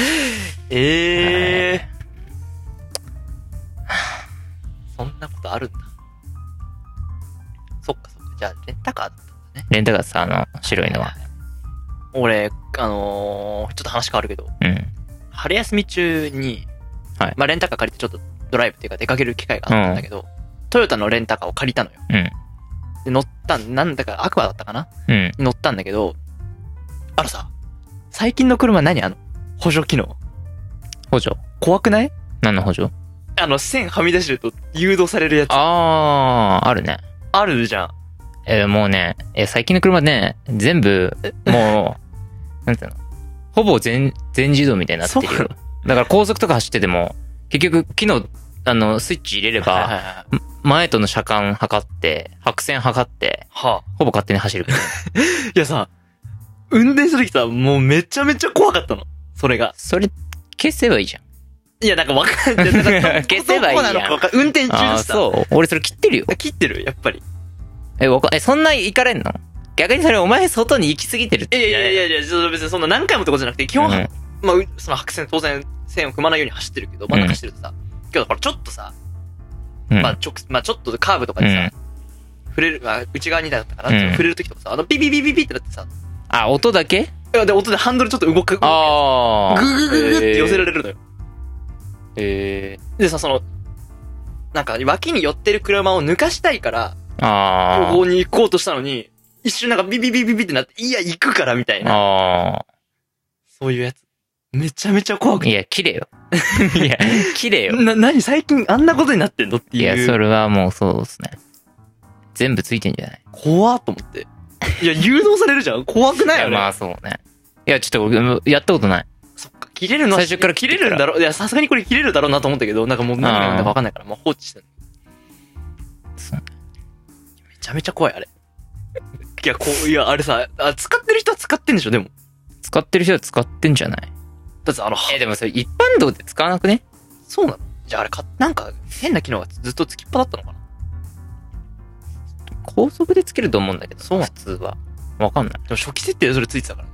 Speaker 2: ええー。そんなことあるんだ。そっかそっか。じゃあ、レンタカーだった。
Speaker 3: レンタカーさ、あの、白いのは。
Speaker 2: 俺、あのーちょっと話変わるけど、
Speaker 3: うん。
Speaker 2: 春休み中に、
Speaker 3: はい
Speaker 2: まあ、レンタカー借りてちょっとドライブっていうか出かける機会があったんだけど、トヨタのレンタカーを借りたのよ。
Speaker 3: うん。
Speaker 2: で、乗ったん、なんだかアクアだったかな
Speaker 3: うん。
Speaker 2: 乗ったんだけど、あのさ、最近の車何あの、補助機能。
Speaker 3: 補助
Speaker 2: 怖くない
Speaker 3: 何の補助
Speaker 2: あの、線はみ出してると誘導されるやつ
Speaker 3: ああ、あるね。
Speaker 2: あるじゃん。
Speaker 3: えーもうね、えー最近の車ね、全部、も う、なんていうのほぼ全、全自動みたいになってる
Speaker 2: そう
Speaker 3: よ。だから高速とか走ってても、結局、昨日、あの、スイッチ入れれば、
Speaker 2: はいはいはい
Speaker 3: 前との車間測って、白線測って、
Speaker 2: は
Speaker 3: ほぼ勝手に走るから。
Speaker 2: あ、いやさ、運転する時さ、もうめちゃめちゃ怖かったの。それが。
Speaker 3: それ、消せばい いじゃん。
Speaker 2: いや、なんかわかんない。 なんか
Speaker 3: 消せばいいや
Speaker 2: どこな
Speaker 3: ん
Speaker 2: のかわかん運転中
Speaker 3: あ
Speaker 2: で
Speaker 3: あー、
Speaker 2: した。
Speaker 3: そう。俺それ切ってるよ。
Speaker 2: 切ってるやっぱり。
Speaker 3: え、わか、え、そんな行かれんの逆にそれお前外に行き過ぎてるっ
Speaker 2: い
Speaker 3: て
Speaker 2: やいやいやいや、ちょっと別にそんな何回もってことじゃなくて、基本、
Speaker 3: うん
Speaker 2: まあ、うその白線当然線を踏まないように走ってるけど、真ん中走ってるとさ、けどほらちょっとさ、
Speaker 3: うん
Speaker 2: まあ、ちょ、まあ、ちょっとカーブとかでさ、触れる、まあ、内側にだったかな、
Speaker 3: うん
Speaker 2: 触れる時とかさ、あの、ビビビビビってなってさ、
Speaker 3: あ、音だけ
Speaker 2: いやで、音でハンドルちょっと動く、
Speaker 3: ああ。
Speaker 2: グググググって寄せられるのよ。
Speaker 3: え
Speaker 2: でさ、その、なんか、脇に寄ってる車を抜かしたいから、
Speaker 3: ー。あ
Speaker 2: ここに行こうとしたのに、一瞬なんかビビビビビってなって、いや、行くから、みたい
Speaker 3: あ。
Speaker 2: な。
Speaker 3: ああ。
Speaker 2: そういうやつ。めちゃめちゃ怖くて
Speaker 3: いや、綺麗よ。 いや、綺麗よ。
Speaker 2: な、なに最近あんなことになってんのって
Speaker 3: い
Speaker 2: い
Speaker 3: や、
Speaker 2: う。
Speaker 3: それはもうそうですね。全部ついてんじゃない
Speaker 2: 怖っと思って。いや、誘導されるじゃん。怖くない
Speaker 3: いや
Speaker 2: よね。
Speaker 3: まあそうね。いや、ちょっと俺うん、やったことない。
Speaker 2: そっか、切れるの
Speaker 3: 最初から
Speaker 2: 切
Speaker 3: 切
Speaker 2: れ
Speaker 3: れ
Speaker 2: る
Speaker 3: る
Speaker 2: ん
Speaker 3: ん
Speaker 2: だ
Speaker 3: だ
Speaker 2: ろう。いや、さすがにこれ切れるだろうなと思ったけど、なんかもう何がなんだかわかんないから、まあ放置してる。
Speaker 3: そう
Speaker 2: めちゃめちゃ怖い、あれ。いや、こう、いや、あれさ、あ使ってる人は使ってんでしょ、でも。
Speaker 3: 使ってる人は使ってんじゃない
Speaker 2: だってあの、
Speaker 3: え、でもそれ一般道で使わなくね
Speaker 2: そうなのじゃああれか、なんか変な機能がずっとつきっぱだったのかな
Speaker 3: 高速でつけると思うんだけど。
Speaker 2: そうな
Speaker 3: 普通は。わかんない。
Speaker 2: でも初期設定でそれついてたからね。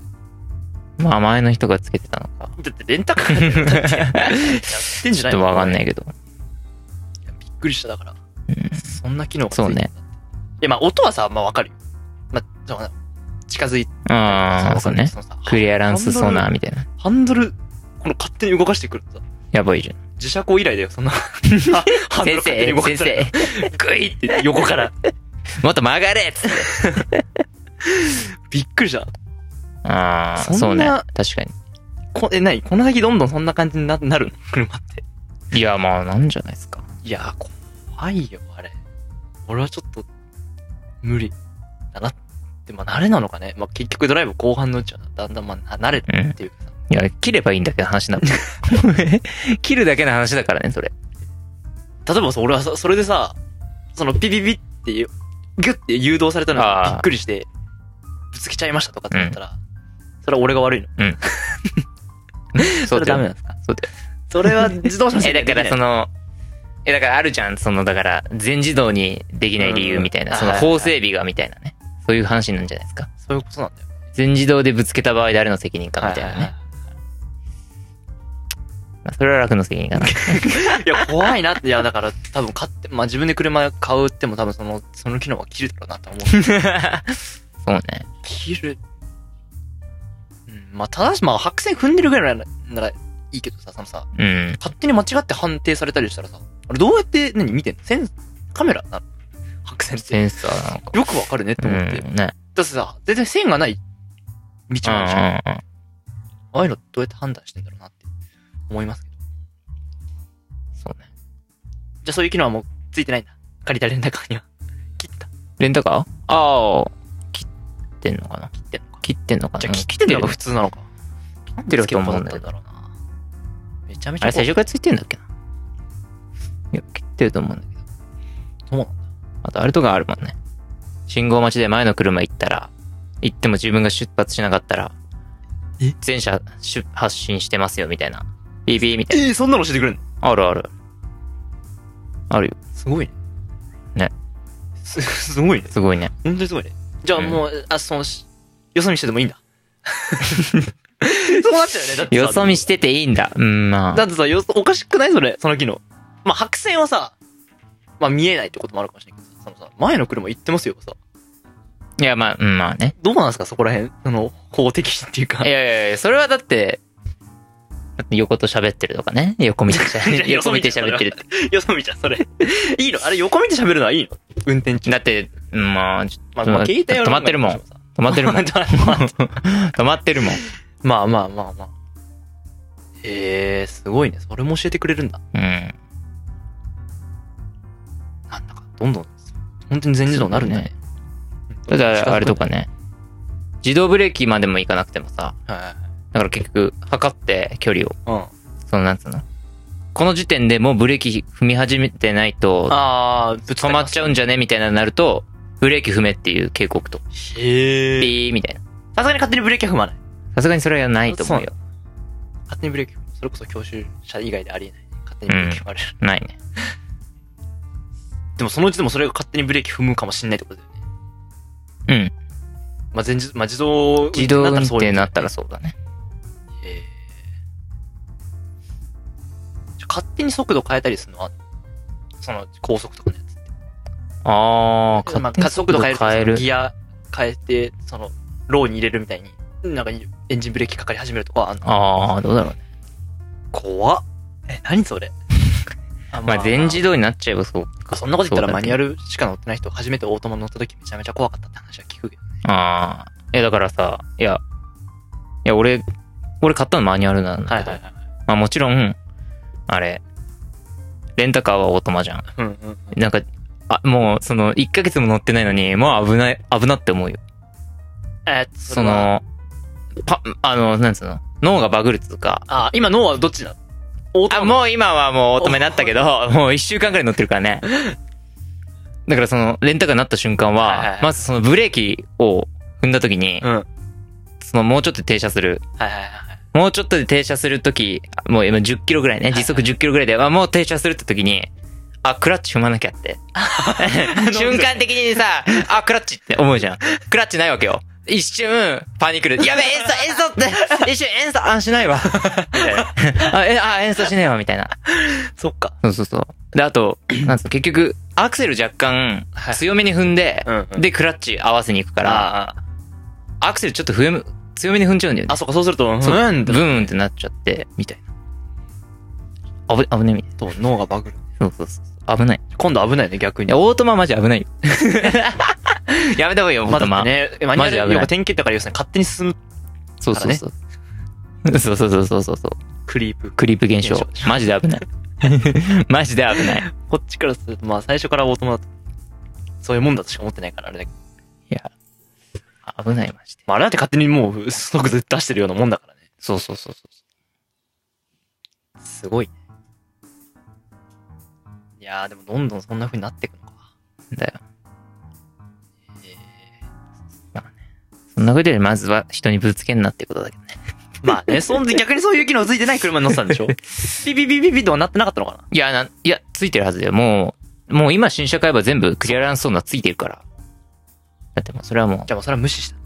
Speaker 3: まあ前の人がつけてたのか。
Speaker 2: だってレンタカーで だってやってんじ
Speaker 3: ちょ
Speaker 2: ゃ
Speaker 3: っ
Speaker 2: ない
Speaker 3: とわかん
Speaker 2: い
Speaker 3: ないけど。
Speaker 2: や。びっくりした、だから。
Speaker 3: うん
Speaker 2: そんな機能がついてる
Speaker 3: そうん
Speaker 2: だ
Speaker 3: ね。
Speaker 2: いや、まあ、音はさ、まあ、わかるよ。まあ、そうかな近づいて。
Speaker 3: ああ、そうね。
Speaker 2: のさ
Speaker 3: クリアランスソナーみたいな。
Speaker 2: ハンドル、この勝手に動かしてくるとさ、
Speaker 3: やばいじゃん。
Speaker 2: 自社工以来だよ、そん な。ハンドル勝
Speaker 3: 先
Speaker 2: 手に動か
Speaker 3: 生、先
Speaker 2: せたら
Speaker 3: 生、
Speaker 2: グイって横から。
Speaker 3: もっと曲がれっつって
Speaker 2: びっくりした。
Speaker 3: ああ、
Speaker 2: そ
Speaker 3: そうんね
Speaker 2: な。
Speaker 3: 確かに。
Speaker 2: こえ、なにこの先どんどんそんな感じにななるの車って。
Speaker 3: いや、まあ、なんじゃないですか。
Speaker 2: いやー、怖いよ、あれ。俺はちょっと、無理。だなって、まあ、慣れなのかね。まあ、結局ドライブ後半のうちは、だんだんまあ、慣れて
Speaker 3: うん。
Speaker 2: っていうかさ。
Speaker 3: いや、切ればいいんだけど話なの。 切るだけの話だからね、それ。
Speaker 2: 例えばさ、俺はさ、それでさ、そのピピピっていう、ギュッて誘導されたの
Speaker 3: あ
Speaker 2: が
Speaker 3: ー
Speaker 2: びっくりして、ぶつけちゃいましたとかってなったら、それは俺が悪いの。
Speaker 3: そうだよ
Speaker 2: なんですか
Speaker 3: そうだよ。
Speaker 2: それは 自動車
Speaker 3: え、だからそ
Speaker 2: の、
Speaker 3: の、え、だからあるじゃん、その、だから、全自動にできない理由みたいな、
Speaker 2: うん
Speaker 3: その
Speaker 2: はいはいはい
Speaker 3: 法整備がみたいなね。そういう話なんじゃないですか。
Speaker 2: そういうことなんだよ。
Speaker 3: 全自動でぶつけた場合誰の責任かみたいなね。まあそれは楽の責任かな。
Speaker 2: いや、怖いなって、いや、だから多分買って、まあ自分で車買うっても多分その、その機能は切るだろうなって思う。
Speaker 3: そうね。
Speaker 2: 切る。うん、まあただし、まあ白線踏んでるぐらいならならいいけどさ、そのさ、
Speaker 3: うん。
Speaker 2: 勝手に間違って判定されたりしたらさ、あれどうやって、何見てんのセンカメラなの白線って。
Speaker 3: センサーなのか。
Speaker 2: よくわかるねって思って。
Speaker 3: うん、ね。
Speaker 2: だってさ、全然線がない道もあるじ
Speaker 3: うん
Speaker 2: ゃん。あ
Speaker 3: うんうん
Speaker 2: あいうのどうやって判断してんだろうなって思いますけど。
Speaker 3: そうね。
Speaker 2: じゃあそういう機能はもうついてないんだ。借りたレンタカーには。切った。
Speaker 3: レンタカーああ、切ってんのかな
Speaker 2: 切ってんのか。
Speaker 3: 切ってんのかな
Speaker 2: じゃあ切ってんのが普通なのか。
Speaker 3: 切ってると思うんだ
Speaker 2: つけ
Speaker 3: け
Speaker 2: っぱ
Speaker 3: ど。
Speaker 2: だったんだろうな。めちゃめちゃ
Speaker 3: あれ最初からついてんだっけないや、切ってると思うんだけど。
Speaker 2: そうなんだ
Speaker 3: あと、あれとかあるもんね。信号待ちで前の車行ったら、行っても自分が出発しなかったら、
Speaker 2: え
Speaker 3: 全車出発進してますよ、みたいな。ビービーみたい
Speaker 2: えー、そんなの教えてくれんの
Speaker 3: な。あるある。あるよ。
Speaker 2: すごいね。
Speaker 3: ね。
Speaker 2: す、すごいね。
Speaker 3: すごいね。
Speaker 2: 本当にすごいね。じゃあもう、あ、その、しよそ見しててもいいんだ。 そうなっちゃうよね。だってさ
Speaker 3: よそ見してていいんだ。うん、ま
Speaker 2: だ
Speaker 3: あ。
Speaker 2: ってさ、よそ、おかしくないそれ、その機能。まあ、白線はさ、まあ見えないってこともあるかもしれないけどさ、そのさ、前の車行ってますよ、さ。
Speaker 3: いや、まあ、うん、まあね。
Speaker 2: どうなんですか、そこら辺。その、法的っていうか。
Speaker 3: いやいやいや、それはだって、だって横と喋ってるとかね。横見てしゃ
Speaker 2: いや
Speaker 3: 横見て喋ってるって。
Speaker 2: よそ見ちゃん、それ。 いいのあれ、横見て喋るのはいいの運転中。
Speaker 3: だって、うんまあ、ちょ
Speaker 2: まあ、まあ、携帯は
Speaker 3: 止まってるもん。止まってるも ん。止まってるもん。
Speaker 2: まあまあまあまあ。へえ、すごいね。それも教えてくれるんだ。
Speaker 3: うん。
Speaker 2: なんだか、どんどん、本当に全自動になるね。
Speaker 3: ただ、あれとかね。自動ブレーキまでも行かなくてもさ、
Speaker 2: は
Speaker 3: だから結局、測って距離を、
Speaker 2: い。うん。
Speaker 3: そのなんつうの。この時点でもうブレーキ踏み始めてないと、
Speaker 2: あー、ぶつ
Speaker 3: 止まっちゃうんじゃねみたいなのになると、ブレーキ踏めっていう警告と。
Speaker 2: へえ。
Speaker 3: ピーみたいな。
Speaker 2: さすがに勝手にブレーキは踏まない。
Speaker 3: さすがにそれはないと思うよ。
Speaker 2: 勝手にブレーキ踏む。それこそ教習車以外でありえない。勝手にブレーキ踏まれる。
Speaker 3: ないね。
Speaker 2: でもそのうちでもそれが勝手にブレーキ踏むかもしんないってことだよね。
Speaker 3: うん。
Speaker 2: まあ、全自、まあ、自動運
Speaker 3: 自動運
Speaker 2: そう
Speaker 3: 転
Speaker 2: いうんだよ
Speaker 3: にな
Speaker 2: ね
Speaker 3: ったらそうだね。
Speaker 2: へえ。じゃ勝手に速度変えたりするのは、その高速とかのやつって。
Speaker 3: あー、
Speaker 2: まあ
Speaker 3: 勝手に
Speaker 2: 速度変えると
Speaker 3: 変え
Speaker 2: その
Speaker 3: る。
Speaker 2: ギア変えて、その、ローに入れるみたいに、なんかエンジンブレーキかかり始めるとかはあんの
Speaker 3: あー、どうだろうね。
Speaker 2: 怖っ。え、何そ れあ
Speaker 3: まあ、全自
Speaker 2: 動。
Speaker 3: 動になっちゃえばそうか。
Speaker 2: そんなこと言ったらマニュア
Speaker 3: ル。
Speaker 2: ルしか乗ってない人、初めてオートマ乗った時めちゃめちゃ怖かったって話は聞くけどね。
Speaker 3: あー。え、だからさ、いや、いや、俺、俺買ったのマニュアルなんだけど、
Speaker 2: はい。
Speaker 3: まあもちろん、あれ、レンタカーはオートマじゃん。
Speaker 2: うんうんうん。
Speaker 3: なんか、あ、もう、その、1ヶ月も乗ってないのに、もう危ない、危なって思うよ。
Speaker 2: えー
Speaker 3: そ、の、パ、あの、なんつうの、脳がバグるっつうか、
Speaker 2: あ、今脳はどっちなのオー
Speaker 3: あ、
Speaker 2: トマ。
Speaker 3: もう今はもう乙女になったけど、 もう一週間くらい乗ってるからね。だからその、レンタカーになった瞬間
Speaker 2: はいはいは
Speaker 3: は、
Speaker 2: い
Speaker 3: まずそのブレーキを踏んだ時に、
Speaker 2: うん。はい
Speaker 3: そのもうちょっとで停車する。
Speaker 2: はいはいはい。
Speaker 3: もうちょっとで停車する時、もう今10キロぐらいね、時速10キロぐらいで、あもう停車するって時に、あ、クラッチ踏まなき ゃって。瞬間的にさ、あ、クラッチって思うじゃん。クラッチないわけよ。一瞬、パニックで、やべえ、演奏、演奏って、一瞬演奏、あ、しないわ。 みたいな。あ、えあ演奏しねえわ、みたいな。
Speaker 2: そっか。
Speaker 3: そうそうそう。で、あと、なんつうの、結局、アクセル若干
Speaker 2: はい、
Speaker 3: 強めに踏んで、
Speaker 2: うんうん
Speaker 3: で、クラッチ合わせに行くから、
Speaker 2: あー
Speaker 3: アクセルちょっと踏む、強めに踏んじゃうんだよね
Speaker 2: あ、。そっか、そうすると、うん
Speaker 3: そう、ブ
Speaker 2: だ
Speaker 3: ーンってなっちゃって、みたいな。危、危ねえみた
Speaker 2: と
Speaker 3: い
Speaker 2: 脳がバグる。
Speaker 3: な。そうそうそう。危ない。
Speaker 2: 今度危ないね、逆
Speaker 3: い
Speaker 2: に。
Speaker 3: や、オートママジ危ないよ。やめた方がいいよ、オー
Speaker 2: ま
Speaker 3: トマ。
Speaker 2: だね、マニュア
Speaker 3: マジ
Speaker 2: ル
Speaker 3: 危ない
Speaker 2: 要は典型だから要するに勝手に進む
Speaker 3: そうそうそう。そうそうそうそうそうそう。
Speaker 2: クリープ。
Speaker 3: クリープ現象
Speaker 2: 現。
Speaker 3: マジで危ない。マジで危ない。
Speaker 2: こっちからすると、まあ最初からオートマだと、そういうもんだとしか思ってないから、あれだけど。
Speaker 3: いや、危ない、マジで。
Speaker 2: まああれだって勝手にもう速度出してるようなもんだからね。
Speaker 3: そうそうそうそう。
Speaker 2: すごいね。いやーでもどんどんそんな風になっていくのか。
Speaker 3: だよ。まあね。そんなことよりまずは人にぶつけんなってことだけどね。
Speaker 2: まあね、そんで逆にそういう機能ついてない車に乗ってたん でしょピピピピピとはなってなかったのかない
Speaker 3: や、なん、いや、ついてるはずだよ。もう、もう今新車買えば全部クリアランスソーナーついてるから。だってもうそれはも
Speaker 2: じゃあもうそれは無視した。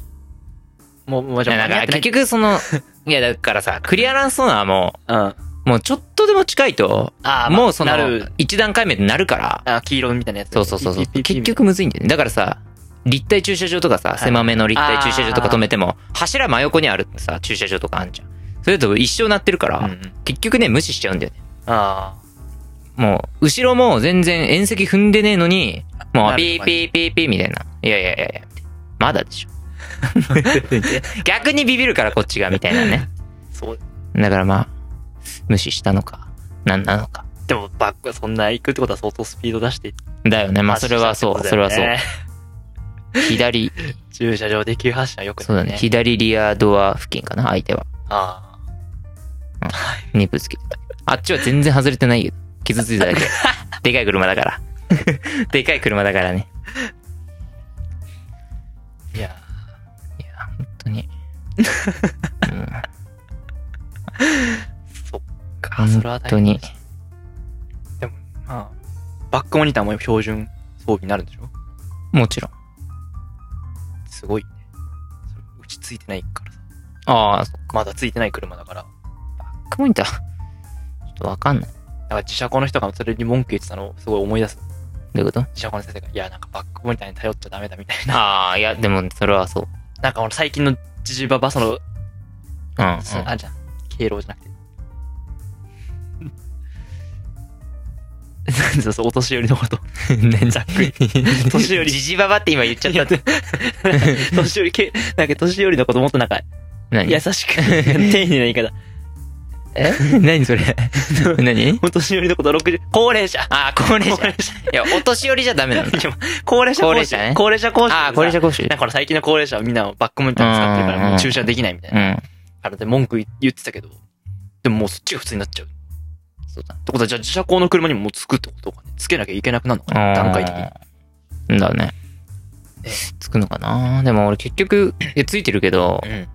Speaker 2: もう、もう
Speaker 3: う。い
Speaker 2: じゃ
Speaker 3: や、
Speaker 2: あ
Speaker 3: だ
Speaker 2: 間に合っ
Speaker 3: から
Speaker 2: てない
Speaker 3: 結局 その、いや、だからさ、クリアランスソーナーも、
Speaker 2: うん。あ
Speaker 3: もうちょっとでも近いと、
Speaker 2: あー、まあ
Speaker 3: もうその
Speaker 2: なる、、
Speaker 3: 一段階目でなるから。
Speaker 2: あー黄色みたいなやつ。
Speaker 3: そうそうそうそう。
Speaker 2: ピピピ
Speaker 3: 結
Speaker 2: ピ
Speaker 3: 局むずいんだよね。だからさ、立体駐車場とかさ、
Speaker 2: い
Speaker 3: 狭めの立体駐車場とか止めても、柱真横にあるさ、駐車場とかあんじゃん。それだと一生なってるから、
Speaker 2: うんうん
Speaker 3: 結局ね、無視しちゃうんだよね。
Speaker 2: ああ。
Speaker 3: もう、後ろも全然縁石踏んでねえのに、もう、
Speaker 2: なる
Speaker 3: ピーピーピーピーみたいな。いやいやいやいや、まだでしょ。逆にビビるからこっちが、みたいなね。
Speaker 2: そう。
Speaker 3: だからまあ、無視したのか、なんなのか。
Speaker 2: でも、バック、そんな行くってことは相当スピード出していっ
Speaker 3: だよね。まあ、それはそう、それはそう。
Speaker 2: う。
Speaker 3: 左、
Speaker 2: 駐車場で急発進は良く
Speaker 3: そう
Speaker 2: な
Speaker 3: だ
Speaker 2: い、ね。
Speaker 3: ね。左リアドア付近かな、相手は。
Speaker 2: あ
Speaker 3: にぶつけてた。あっちは全然外れてないよ。傷ついた だけ。でかい車だ から。でかい車だからね。
Speaker 2: あ。いや、
Speaker 3: いや、本当に。
Speaker 2: そっか、それは
Speaker 3: 本当
Speaker 2: 大変
Speaker 3: に
Speaker 2: だ。。でも、まあ、バックモニターも標準装備になるんでしょ
Speaker 3: もちろん。
Speaker 2: すごいね。それうちついてないからさ。
Speaker 3: ああ、
Speaker 2: まだついてない車だから。
Speaker 3: バックモニター。ちょっとわかんない。
Speaker 2: なんか自社校の人がそれに文句言ってたのをすごい思い出す。
Speaker 3: どういうこと
Speaker 2: 自社校の先生が、いや、なんかバックモニターに頼っちゃダメだみたいな。
Speaker 3: ああ、いや、でも、それはそう。
Speaker 2: なんか俺最近のジジババその、
Speaker 3: うん、うん。
Speaker 2: そあ、じゃん。敬老じゃなくて。そうそう、お年寄りの こと。
Speaker 3: 何
Speaker 2: ざっくり。年寄り
Speaker 3: じじばばって今言っちゃった。
Speaker 2: 年寄りけ、なんか年寄りのこともっとなんか、
Speaker 3: 何
Speaker 2: 優しく、 丁寧な言い方。
Speaker 3: え 何それ何
Speaker 2: お年寄りのこと60、高齢者
Speaker 3: ああ、高齢
Speaker 2: 高
Speaker 3: 者。
Speaker 2: 齢者
Speaker 3: いや、お年寄りじゃダメなの。
Speaker 2: 高齢者
Speaker 3: 高
Speaker 2: 講
Speaker 3: 齢
Speaker 2: 習
Speaker 3: 者ね
Speaker 2: 高齢者講習
Speaker 3: ああ、高齢者講習
Speaker 2: なん。かほら最近の高齢者はみんなバックモニター使ってるか
Speaker 3: うんうん
Speaker 2: ら
Speaker 3: う
Speaker 2: もう
Speaker 3: ん
Speaker 2: 駐車できないみたいうな。
Speaker 3: ん。
Speaker 2: からで文句言ってたけど、でももうそっちが普通になっちゃう。って
Speaker 3: そうだ。
Speaker 2: ことはじゃあ自社校の車にももうつくってことかね。つけなきゃいけなくなるのかな段階的に。
Speaker 3: に。だね
Speaker 2: ええ。
Speaker 3: つくのかなでも俺結局、いや、ついてるけど、
Speaker 2: うん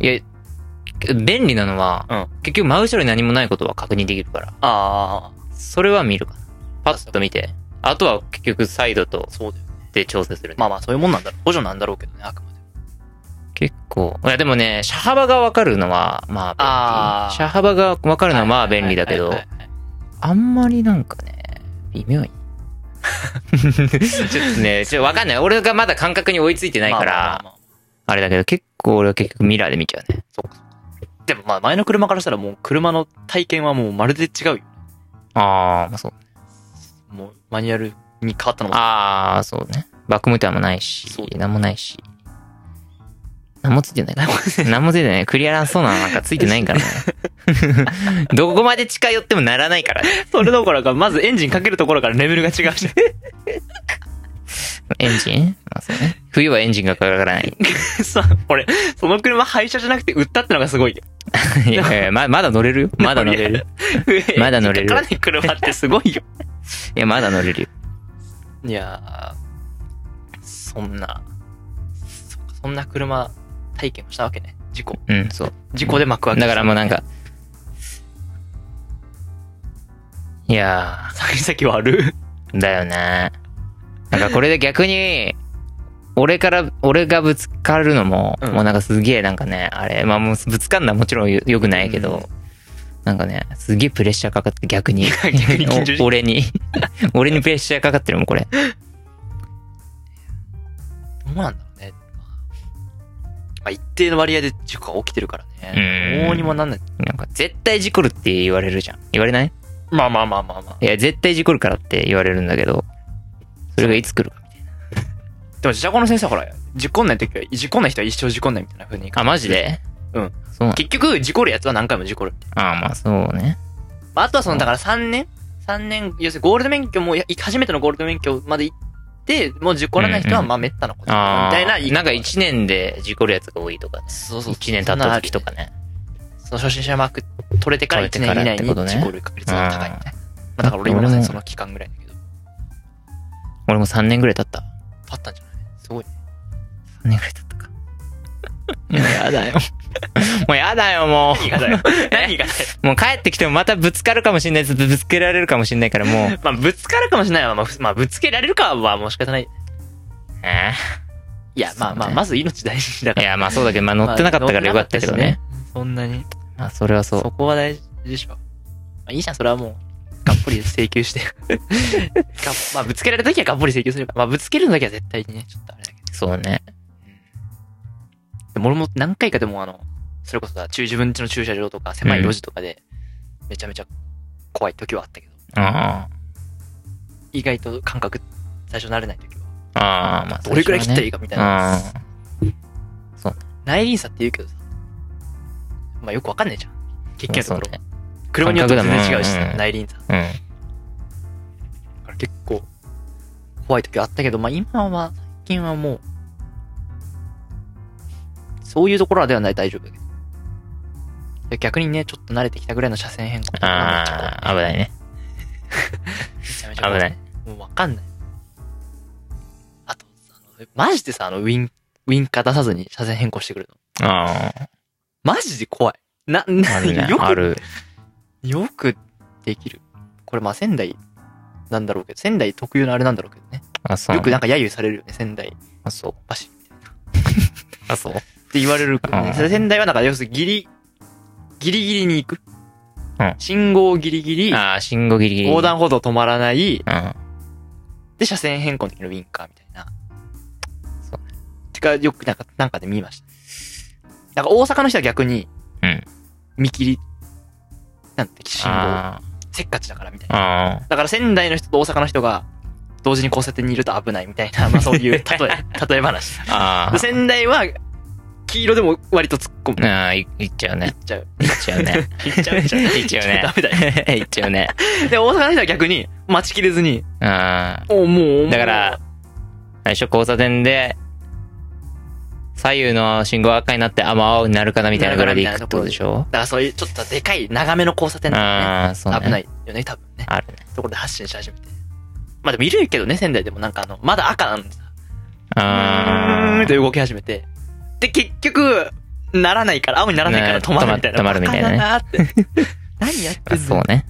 Speaker 3: いや、便利なのは、
Speaker 2: う
Speaker 3: 結局真後ろに何もないことは確認できるから、
Speaker 2: ああ、
Speaker 3: それは見るかな。パッと見て、あとは結局サイドと
Speaker 2: そうだよね。
Speaker 3: で調整するね、
Speaker 2: まあまあそういうもんなんだろう。補助なんだろうけどね、あくまで。
Speaker 3: 結構。いや、でもね、車幅がわかるのは、ま
Speaker 2: あ
Speaker 3: あ便利、
Speaker 2: ー
Speaker 3: 車幅がわかるのはまあ便利だけど
Speaker 2: はい、はいはい
Speaker 3: あんまりなんかね、微 妙い。ちょっとね、ちょっとわかんない。俺がまだ感覚に追いついてないか
Speaker 2: まあ
Speaker 3: ら、
Speaker 2: まあまあま
Speaker 3: あれだけど、結構俺は結局ミラーで見ちゃうね。
Speaker 2: あでもまあ前の車からしたらもう車の体験はもうまるで違うよ。
Speaker 3: ああ、まあそう。
Speaker 2: もうマニュアルに変わったのも。
Speaker 3: ああ、そうね。バックモニターもないし
Speaker 2: そう、
Speaker 3: なんもないし。なんもついてない かな。なんもついてない。クリアランスそうなのなんかついてないからね。 どこまで近寄ってもならないからね。
Speaker 2: それどころか、まずエンジンかけるところからレベルが違うし。
Speaker 3: エンジンまあそうね。冬はエンジンがかからない。
Speaker 2: さ、俺、 その車廃車じゃなくて売ったってのがすごいよ。
Speaker 3: いやいやままだ乗れるよ。まだ乗れる。まだ乗れる
Speaker 2: かからない車ってすごいよ。
Speaker 3: いや、まだ乗れるよ。
Speaker 2: いやー、そんな、そそんな車体験をしたわけね。事故。
Speaker 3: うん、そう。
Speaker 2: 事故で幕開け
Speaker 3: だからもうなんか、いや
Speaker 2: 先先悪。
Speaker 3: ー、だよね。なんかこれで逆に、俺から、俺がぶつかるのも、
Speaker 2: うん
Speaker 3: もうなんかすげえなんかね、あれ、まあもうぶつかんのはもちろんよ良くないけど、
Speaker 2: うん
Speaker 3: なんかね、すげえプレッシャーかかって逆に、
Speaker 2: 逆に緊張し
Speaker 3: お 俺に、俺にプレッシャーかかってるもん、これ。
Speaker 2: どうなんだろうね。まあ、一定の割合で事故が起きてるからね。
Speaker 3: うん
Speaker 2: どうにもなんない。
Speaker 3: なんか絶対事故るって言われるじゃん。言われない
Speaker 2: まあまあまあまあまあ。
Speaker 3: いや、絶対事故るからって言われるんだけど、それがいつ来るか。
Speaker 2: でも、自社校の先生はほら、事故んない時は、事故んない人は一生事故んないみたいな風に。
Speaker 3: あ、マジで
Speaker 2: うん。
Speaker 3: そうなん
Speaker 2: 結局、事故るやつは何回も事故る。
Speaker 3: あーまあそうね。
Speaker 2: まあ、あとはそ
Speaker 3: うん
Speaker 2: の、だから3年 ?3 年、要するにゴールド免許も、い初めてのゴールド免許まで行って、もう事故らない人
Speaker 3: う
Speaker 2: は、
Speaker 3: んうん
Speaker 2: まあ、めったなこと。み
Speaker 3: あ
Speaker 2: たいな
Speaker 3: あ
Speaker 2: 言い方、
Speaker 3: なんか一年で事故るやつが多いとかね。
Speaker 2: そうそうそう。
Speaker 3: 一年経った時とか
Speaker 2: ね。
Speaker 3: ね。
Speaker 2: その初心者マーク取れてから1
Speaker 3: 取れ
Speaker 2: 年
Speaker 3: てから
Speaker 2: 以内
Speaker 3: って
Speaker 2: に
Speaker 3: ことね
Speaker 2: 事故る確率が高いみたいな。まあ、だから俺
Speaker 3: うん
Speaker 2: 今ま
Speaker 3: 俺
Speaker 2: さ
Speaker 3: も
Speaker 2: にその期間ぐらいだけど、
Speaker 3: 俺も3年ぐらい経った。
Speaker 2: パったんじゃないすごい。
Speaker 3: 3年ぐらい経ったか。もうやだ よ。もうやだよ、も
Speaker 2: 何がだよ。何がだよ。
Speaker 3: う。 もう帰ってきてもまたぶつかるかもしんないし、ぶつけられるかもしんないからもう。
Speaker 2: まあ、ぶつかるかもしれないわ。まあ、ふまあ、ぶつけられるかは、もう仕方ない。
Speaker 3: え
Speaker 2: いや、まあま
Speaker 3: そう
Speaker 2: あ、
Speaker 3: ね
Speaker 2: まず命大事だ
Speaker 3: ー
Speaker 2: か
Speaker 3: い
Speaker 2: ら。
Speaker 3: や、まあそうだけど、まあ乗ってなかったからよかったけどね。
Speaker 2: まあ。乗ってなかったしねそんなに。
Speaker 3: まあそれはそう。
Speaker 2: そこは大事でしょ。まあ、いいじゃん、それはもう、がっぽり請求して。 がまあ、ぶつけられた時はがっぽり請求すれば。まあ、ぶつけるのだけは絶対にね、ちょっとあれだけど。
Speaker 3: そうね。
Speaker 2: でも俺も何回かでも、あの、それこそさ、中自分家の駐車場とか、狭い路地とかで、めちゃめちゃ怖い時はあったけど、
Speaker 3: あ
Speaker 2: 意外と感覚、最初慣れない時は、
Speaker 3: あ。ああ、まあ、
Speaker 2: どれくらい切ったらい
Speaker 3: い
Speaker 2: いかみたいな。
Speaker 3: あ
Speaker 2: 内輪差って言うけどさ、まあよくわかんねえじゃん。結局のところ。
Speaker 3: ね。
Speaker 2: 車によっても全然違うし
Speaker 3: 感覚だもんう
Speaker 2: さ、
Speaker 3: ん
Speaker 2: 内輪差。だ
Speaker 3: うん。
Speaker 2: から結構、怖い時はあったけど、まあ今は、最近はもう、そういうところではない大丈夫だけど。逆にね、ちょっと慣れてきたぐらいの車線変更とかめち
Speaker 3: ああ、危ないね。
Speaker 2: ゃめちゃ
Speaker 3: 危
Speaker 2: 怖い
Speaker 3: ない。
Speaker 2: もうわかんない。あと、あのマジでさ、あの、ウィン、ウィンカー出さずに車線変更してくるの。
Speaker 3: あ
Speaker 2: マジで怖い。な、な、
Speaker 3: あ、あるね。
Speaker 2: よ
Speaker 3: ある。
Speaker 2: く、よくできる。これまあ仙台なんだろうけど、仙台特有のあれなんだろうけどね。
Speaker 3: あ、そう。
Speaker 2: よくなんか揶揄されるよね、仙台
Speaker 3: あ、そう。
Speaker 2: 走り。っ
Speaker 3: あ、そう。
Speaker 2: て言われるけどね、
Speaker 3: うん
Speaker 2: 仙台はなんか要するにギリ、ギリギリに行く。
Speaker 3: うん
Speaker 2: 信号ギリギリ、
Speaker 3: ああ、信号ギリギリ。
Speaker 2: 横断歩道止まらない、
Speaker 3: うん。
Speaker 2: で、車線変更の時のウィンカーみたいな。
Speaker 3: そう
Speaker 2: てか、よくなんか、なんかで見ました。なんか大阪の人は逆に、
Speaker 3: うん
Speaker 2: 見切り、なんて信号、
Speaker 3: あ
Speaker 2: せっかちだからみたい
Speaker 3: あ、
Speaker 2: な。
Speaker 3: あ
Speaker 2: だから仙台の人と大阪の人が、同時に交差点にいると危ないみたいな、まあそう いう例え、例え話。
Speaker 3: あ。あ
Speaker 2: で仙台は、黄色でも割と突っ込む。
Speaker 3: あ。ああ、いいっちゃう
Speaker 2: 行
Speaker 3: ね
Speaker 2: っ。ちゃう。
Speaker 3: いっちゃうね。
Speaker 2: 行っちゃう、 行っちゃう。
Speaker 3: いっちゃうね
Speaker 2: ダ。メだよ。
Speaker 3: いっちゃうね。
Speaker 2: で、大阪の人は逆に、待ちきれずに、
Speaker 3: うん。だ
Speaker 2: おうもう、
Speaker 3: か、ら、最初交差点で、左右の信号赤になって、あ、まあ青になるかなみたいなぐらいで行くってことでしょ
Speaker 2: だからそういう、ちょっとでかい、長めの交差点だよね。
Speaker 3: ああ、そうね。
Speaker 2: 危ないよね、多分ね。
Speaker 3: あるね。
Speaker 2: ところで発信し始めて。まあでもいるけどね、仙台でもなんかあの、まだ赤なんでさ、うー
Speaker 3: あ
Speaker 2: んと動き始めて。で、結局、ならないから、青にならないから
Speaker 3: ね
Speaker 2: 止まるみたいな。
Speaker 3: 止ま止まるみたいなね
Speaker 2: バカだな ーって。何やっ
Speaker 3: あ。
Speaker 2: てん
Speaker 3: そう
Speaker 2: の
Speaker 3: ね。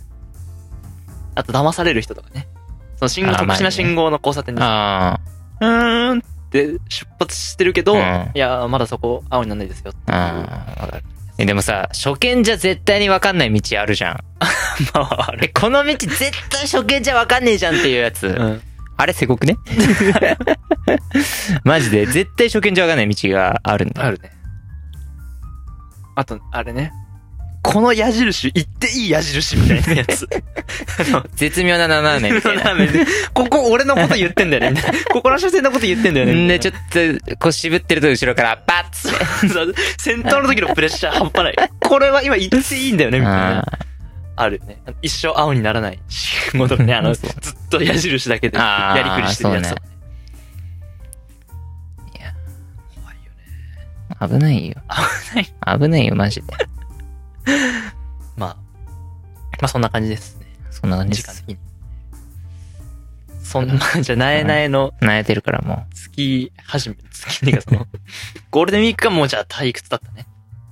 Speaker 2: あと騙される人とかね。その信号、
Speaker 3: あー
Speaker 2: 特
Speaker 3: まあ
Speaker 2: 殊
Speaker 3: ね
Speaker 2: な信号の交差点で、
Speaker 3: あ
Speaker 2: うーんって出発してるけど、
Speaker 3: うん
Speaker 2: いやー、まだそこ青にならないですよっていう。
Speaker 3: あ。ああ。わかる。えでもさ、初見じゃ絶対にわかんない道あるじゃん。
Speaker 2: まあ、あ
Speaker 3: え、
Speaker 2: れ。
Speaker 3: この道絶対初見じゃわかんねえじゃんっていうやつ。
Speaker 2: うん。
Speaker 3: あれ、せこくね マジで、絶対初見じゃわかんない道があるんだ。
Speaker 2: あるね。あと、あれね。この矢印、行っていい矢印みたいな やつ。
Speaker 3: 絶妙な斜め みたいな。
Speaker 2: ここ俺のこと言ってんだよ ね。ここの車線のこと言ってんだよね。
Speaker 3: んで、
Speaker 2: ょ
Speaker 3: ちょっと、こう渋ってると後ろから、パッつって。
Speaker 2: っと、戦闘の時のプレッシャー半端ない。これは今言っていいんだよね、みたい
Speaker 3: あ
Speaker 2: な。あるよね。一生青にならない信号とかね、あの、ず
Speaker 3: そ
Speaker 2: っと矢印だけでやりくりしてるやつ、
Speaker 3: あーそうねいや
Speaker 2: 怖いよね。
Speaker 3: ー危ないよ。
Speaker 2: 危ない。
Speaker 3: 危ないよ、マジで。
Speaker 2: まあ、まあそんな感じですね。
Speaker 3: そんな感じ
Speaker 2: 時
Speaker 3: で
Speaker 2: 間
Speaker 3: す。
Speaker 2: 的に。そんな、 じゃあ、なえなえの
Speaker 3: 慣れてるからも
Speaker 2: 月始め、月っていうかそ の、ゴールデンウィークがもうじゃあ退屈だったね。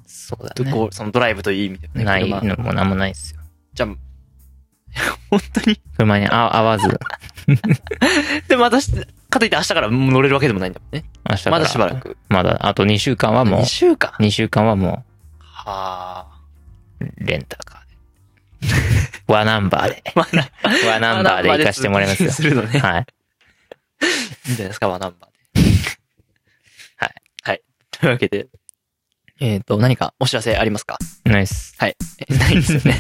Speaker 3: う。そうだ
Speaker 2: ど
Speaker 3: ね。
Speaker 2: こうそのドライブという意味ではね。
Speaker 3: ない
Speaker 2: 車
Speaker 3: のもなんもないですよ。
Speaker 2: じゃあ、本当に。
Speaker 3: 車にあ合わず、
Speaker 2: でも私、かといって明日からもう乗れるわけでもないんだもんね。
Speaker 3: 明日から。
Speaker 2: まだしばら。く。
Speaker 3: まだ、あと2週間はも
Speaker 2: 2
Speaker 3: う、
Speaker 2: 週間。は
Speaker 3: 2週間はも
Speaker 2: あ。
Speaker 3: う、レンタカ ーで。ワナンバーで。
Speaker 2: まあ、
Speaker 3: ワナンバーで行かしてもらいますよ。
Speaker 2: するのね。
Speaker 3: はい。
Speaker 2: いいんじゃないですか、ワナンバーで。
Speaker 3: はい。
Speaker 2: はい。というわけで、えっ、と、何かお知らせありますか
Speaker 3: ナイス。
Speaker 2: えないんですよね。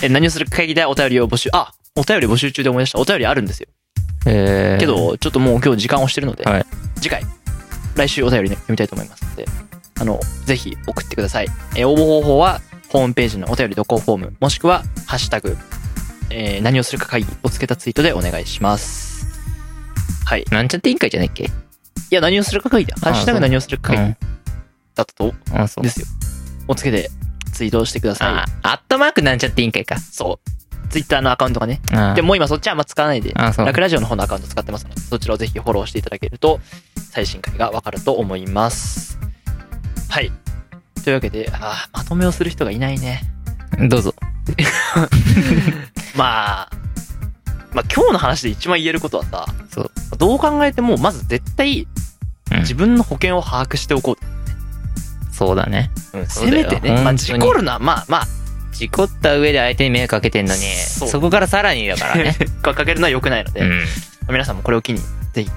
Speaker 2: え、何をする会議でお便りを募集、あ、お便り募集中で思い出した。お便りあるんですよ。
Speaker 3: えー、
Speaker 2: け、ど、ちょっともう今日時間をしてるので、
Speaker 3: はい
Speaker 2: 次回、来週お便りね読みたいと思いますので、あの、ぜひ送ってください。えー応募方法は、ホームページのお便り投稿フォーム、もしくは、ハッシュタグ、えー何をするか会議をつけたツイートでお願いします。はい。
Speaker 3: なんちゃって委員会じゃないっけ
Speaker 2: いや、何をするか会議だ。ハッシュタグ
Speaker 3: そう
Speaker 2: 何をするか会議だったと、
Speaker 3: うん。あ、そう
Speaker 2: で。すよ。をつけて、ツイートしてくださ
Speaker 3: あ
Speaker 2: い。、
Speaker 3: アットマークなんちゃって委員会か。
Speaker 2: そう。ツイッターのアカウントがね。
Speaker 3: あ
Speaker 2: でもう今そっちはあんま使わないで、
Speaker 3: あ、そう。
Speaker 2: 楽ラジオの方のアカウント使ってますので、そちらをぜひフォローしていただけると、最新回がわかると思います。はい。というわけで、あーまとめをする人がいないね。
Speaker 3: どうぞ。
Speaker 2: まあ、まあ今日の話で一番言えることはさ、
Speaker 3: そう。
Speaker 2: どう考えても、まず絶対
Speaker 3: うん、
Speaker 2: 自分の保険を把握しておこ
Speaker 3: そうだね。
Speaker 2: う。
Speaker 3: そ
Speaker 2: せ
Speaker 3: うだ
Speaker 2: め
Speaker 3: よ
Speaker 2: てね、まあ
Speaker 3: 本当
Speaker 2: 事
Speaker 3: に
Speaker 2: 故るのはまあまあ、
Speaker 3: 事故った上で相手に迷惑かけてんのに、
Speaker 2: そう
Speaker 3: そこからさらにだから ね。
Speaker 2: かかけるのは良くないので、
Speaker 3: うん。
Speaker 2: 皆さんもこれを機に、ぜひ、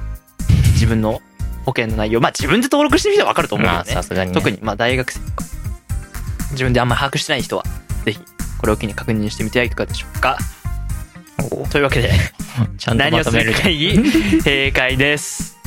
Speaker 2: 自分の保険の内容、まあ自分で登録してみてわかると思うんだ
Speaker 3: ま
Speaker 2: よ
Speaker 3: あ、
Speaker 2: ね。
Speaker 3: さすがにね。
Speaker 2: 特にまあ大学生とか自分であんまり把握してない人はぜひこれを機に確認してみてはいかがでしょうかというわけで
Speaker 3: ちゃんとまとめるじゃ
Speaker 2: 何をする
Speaker 3: ん
Speaker 2: 会議閉会です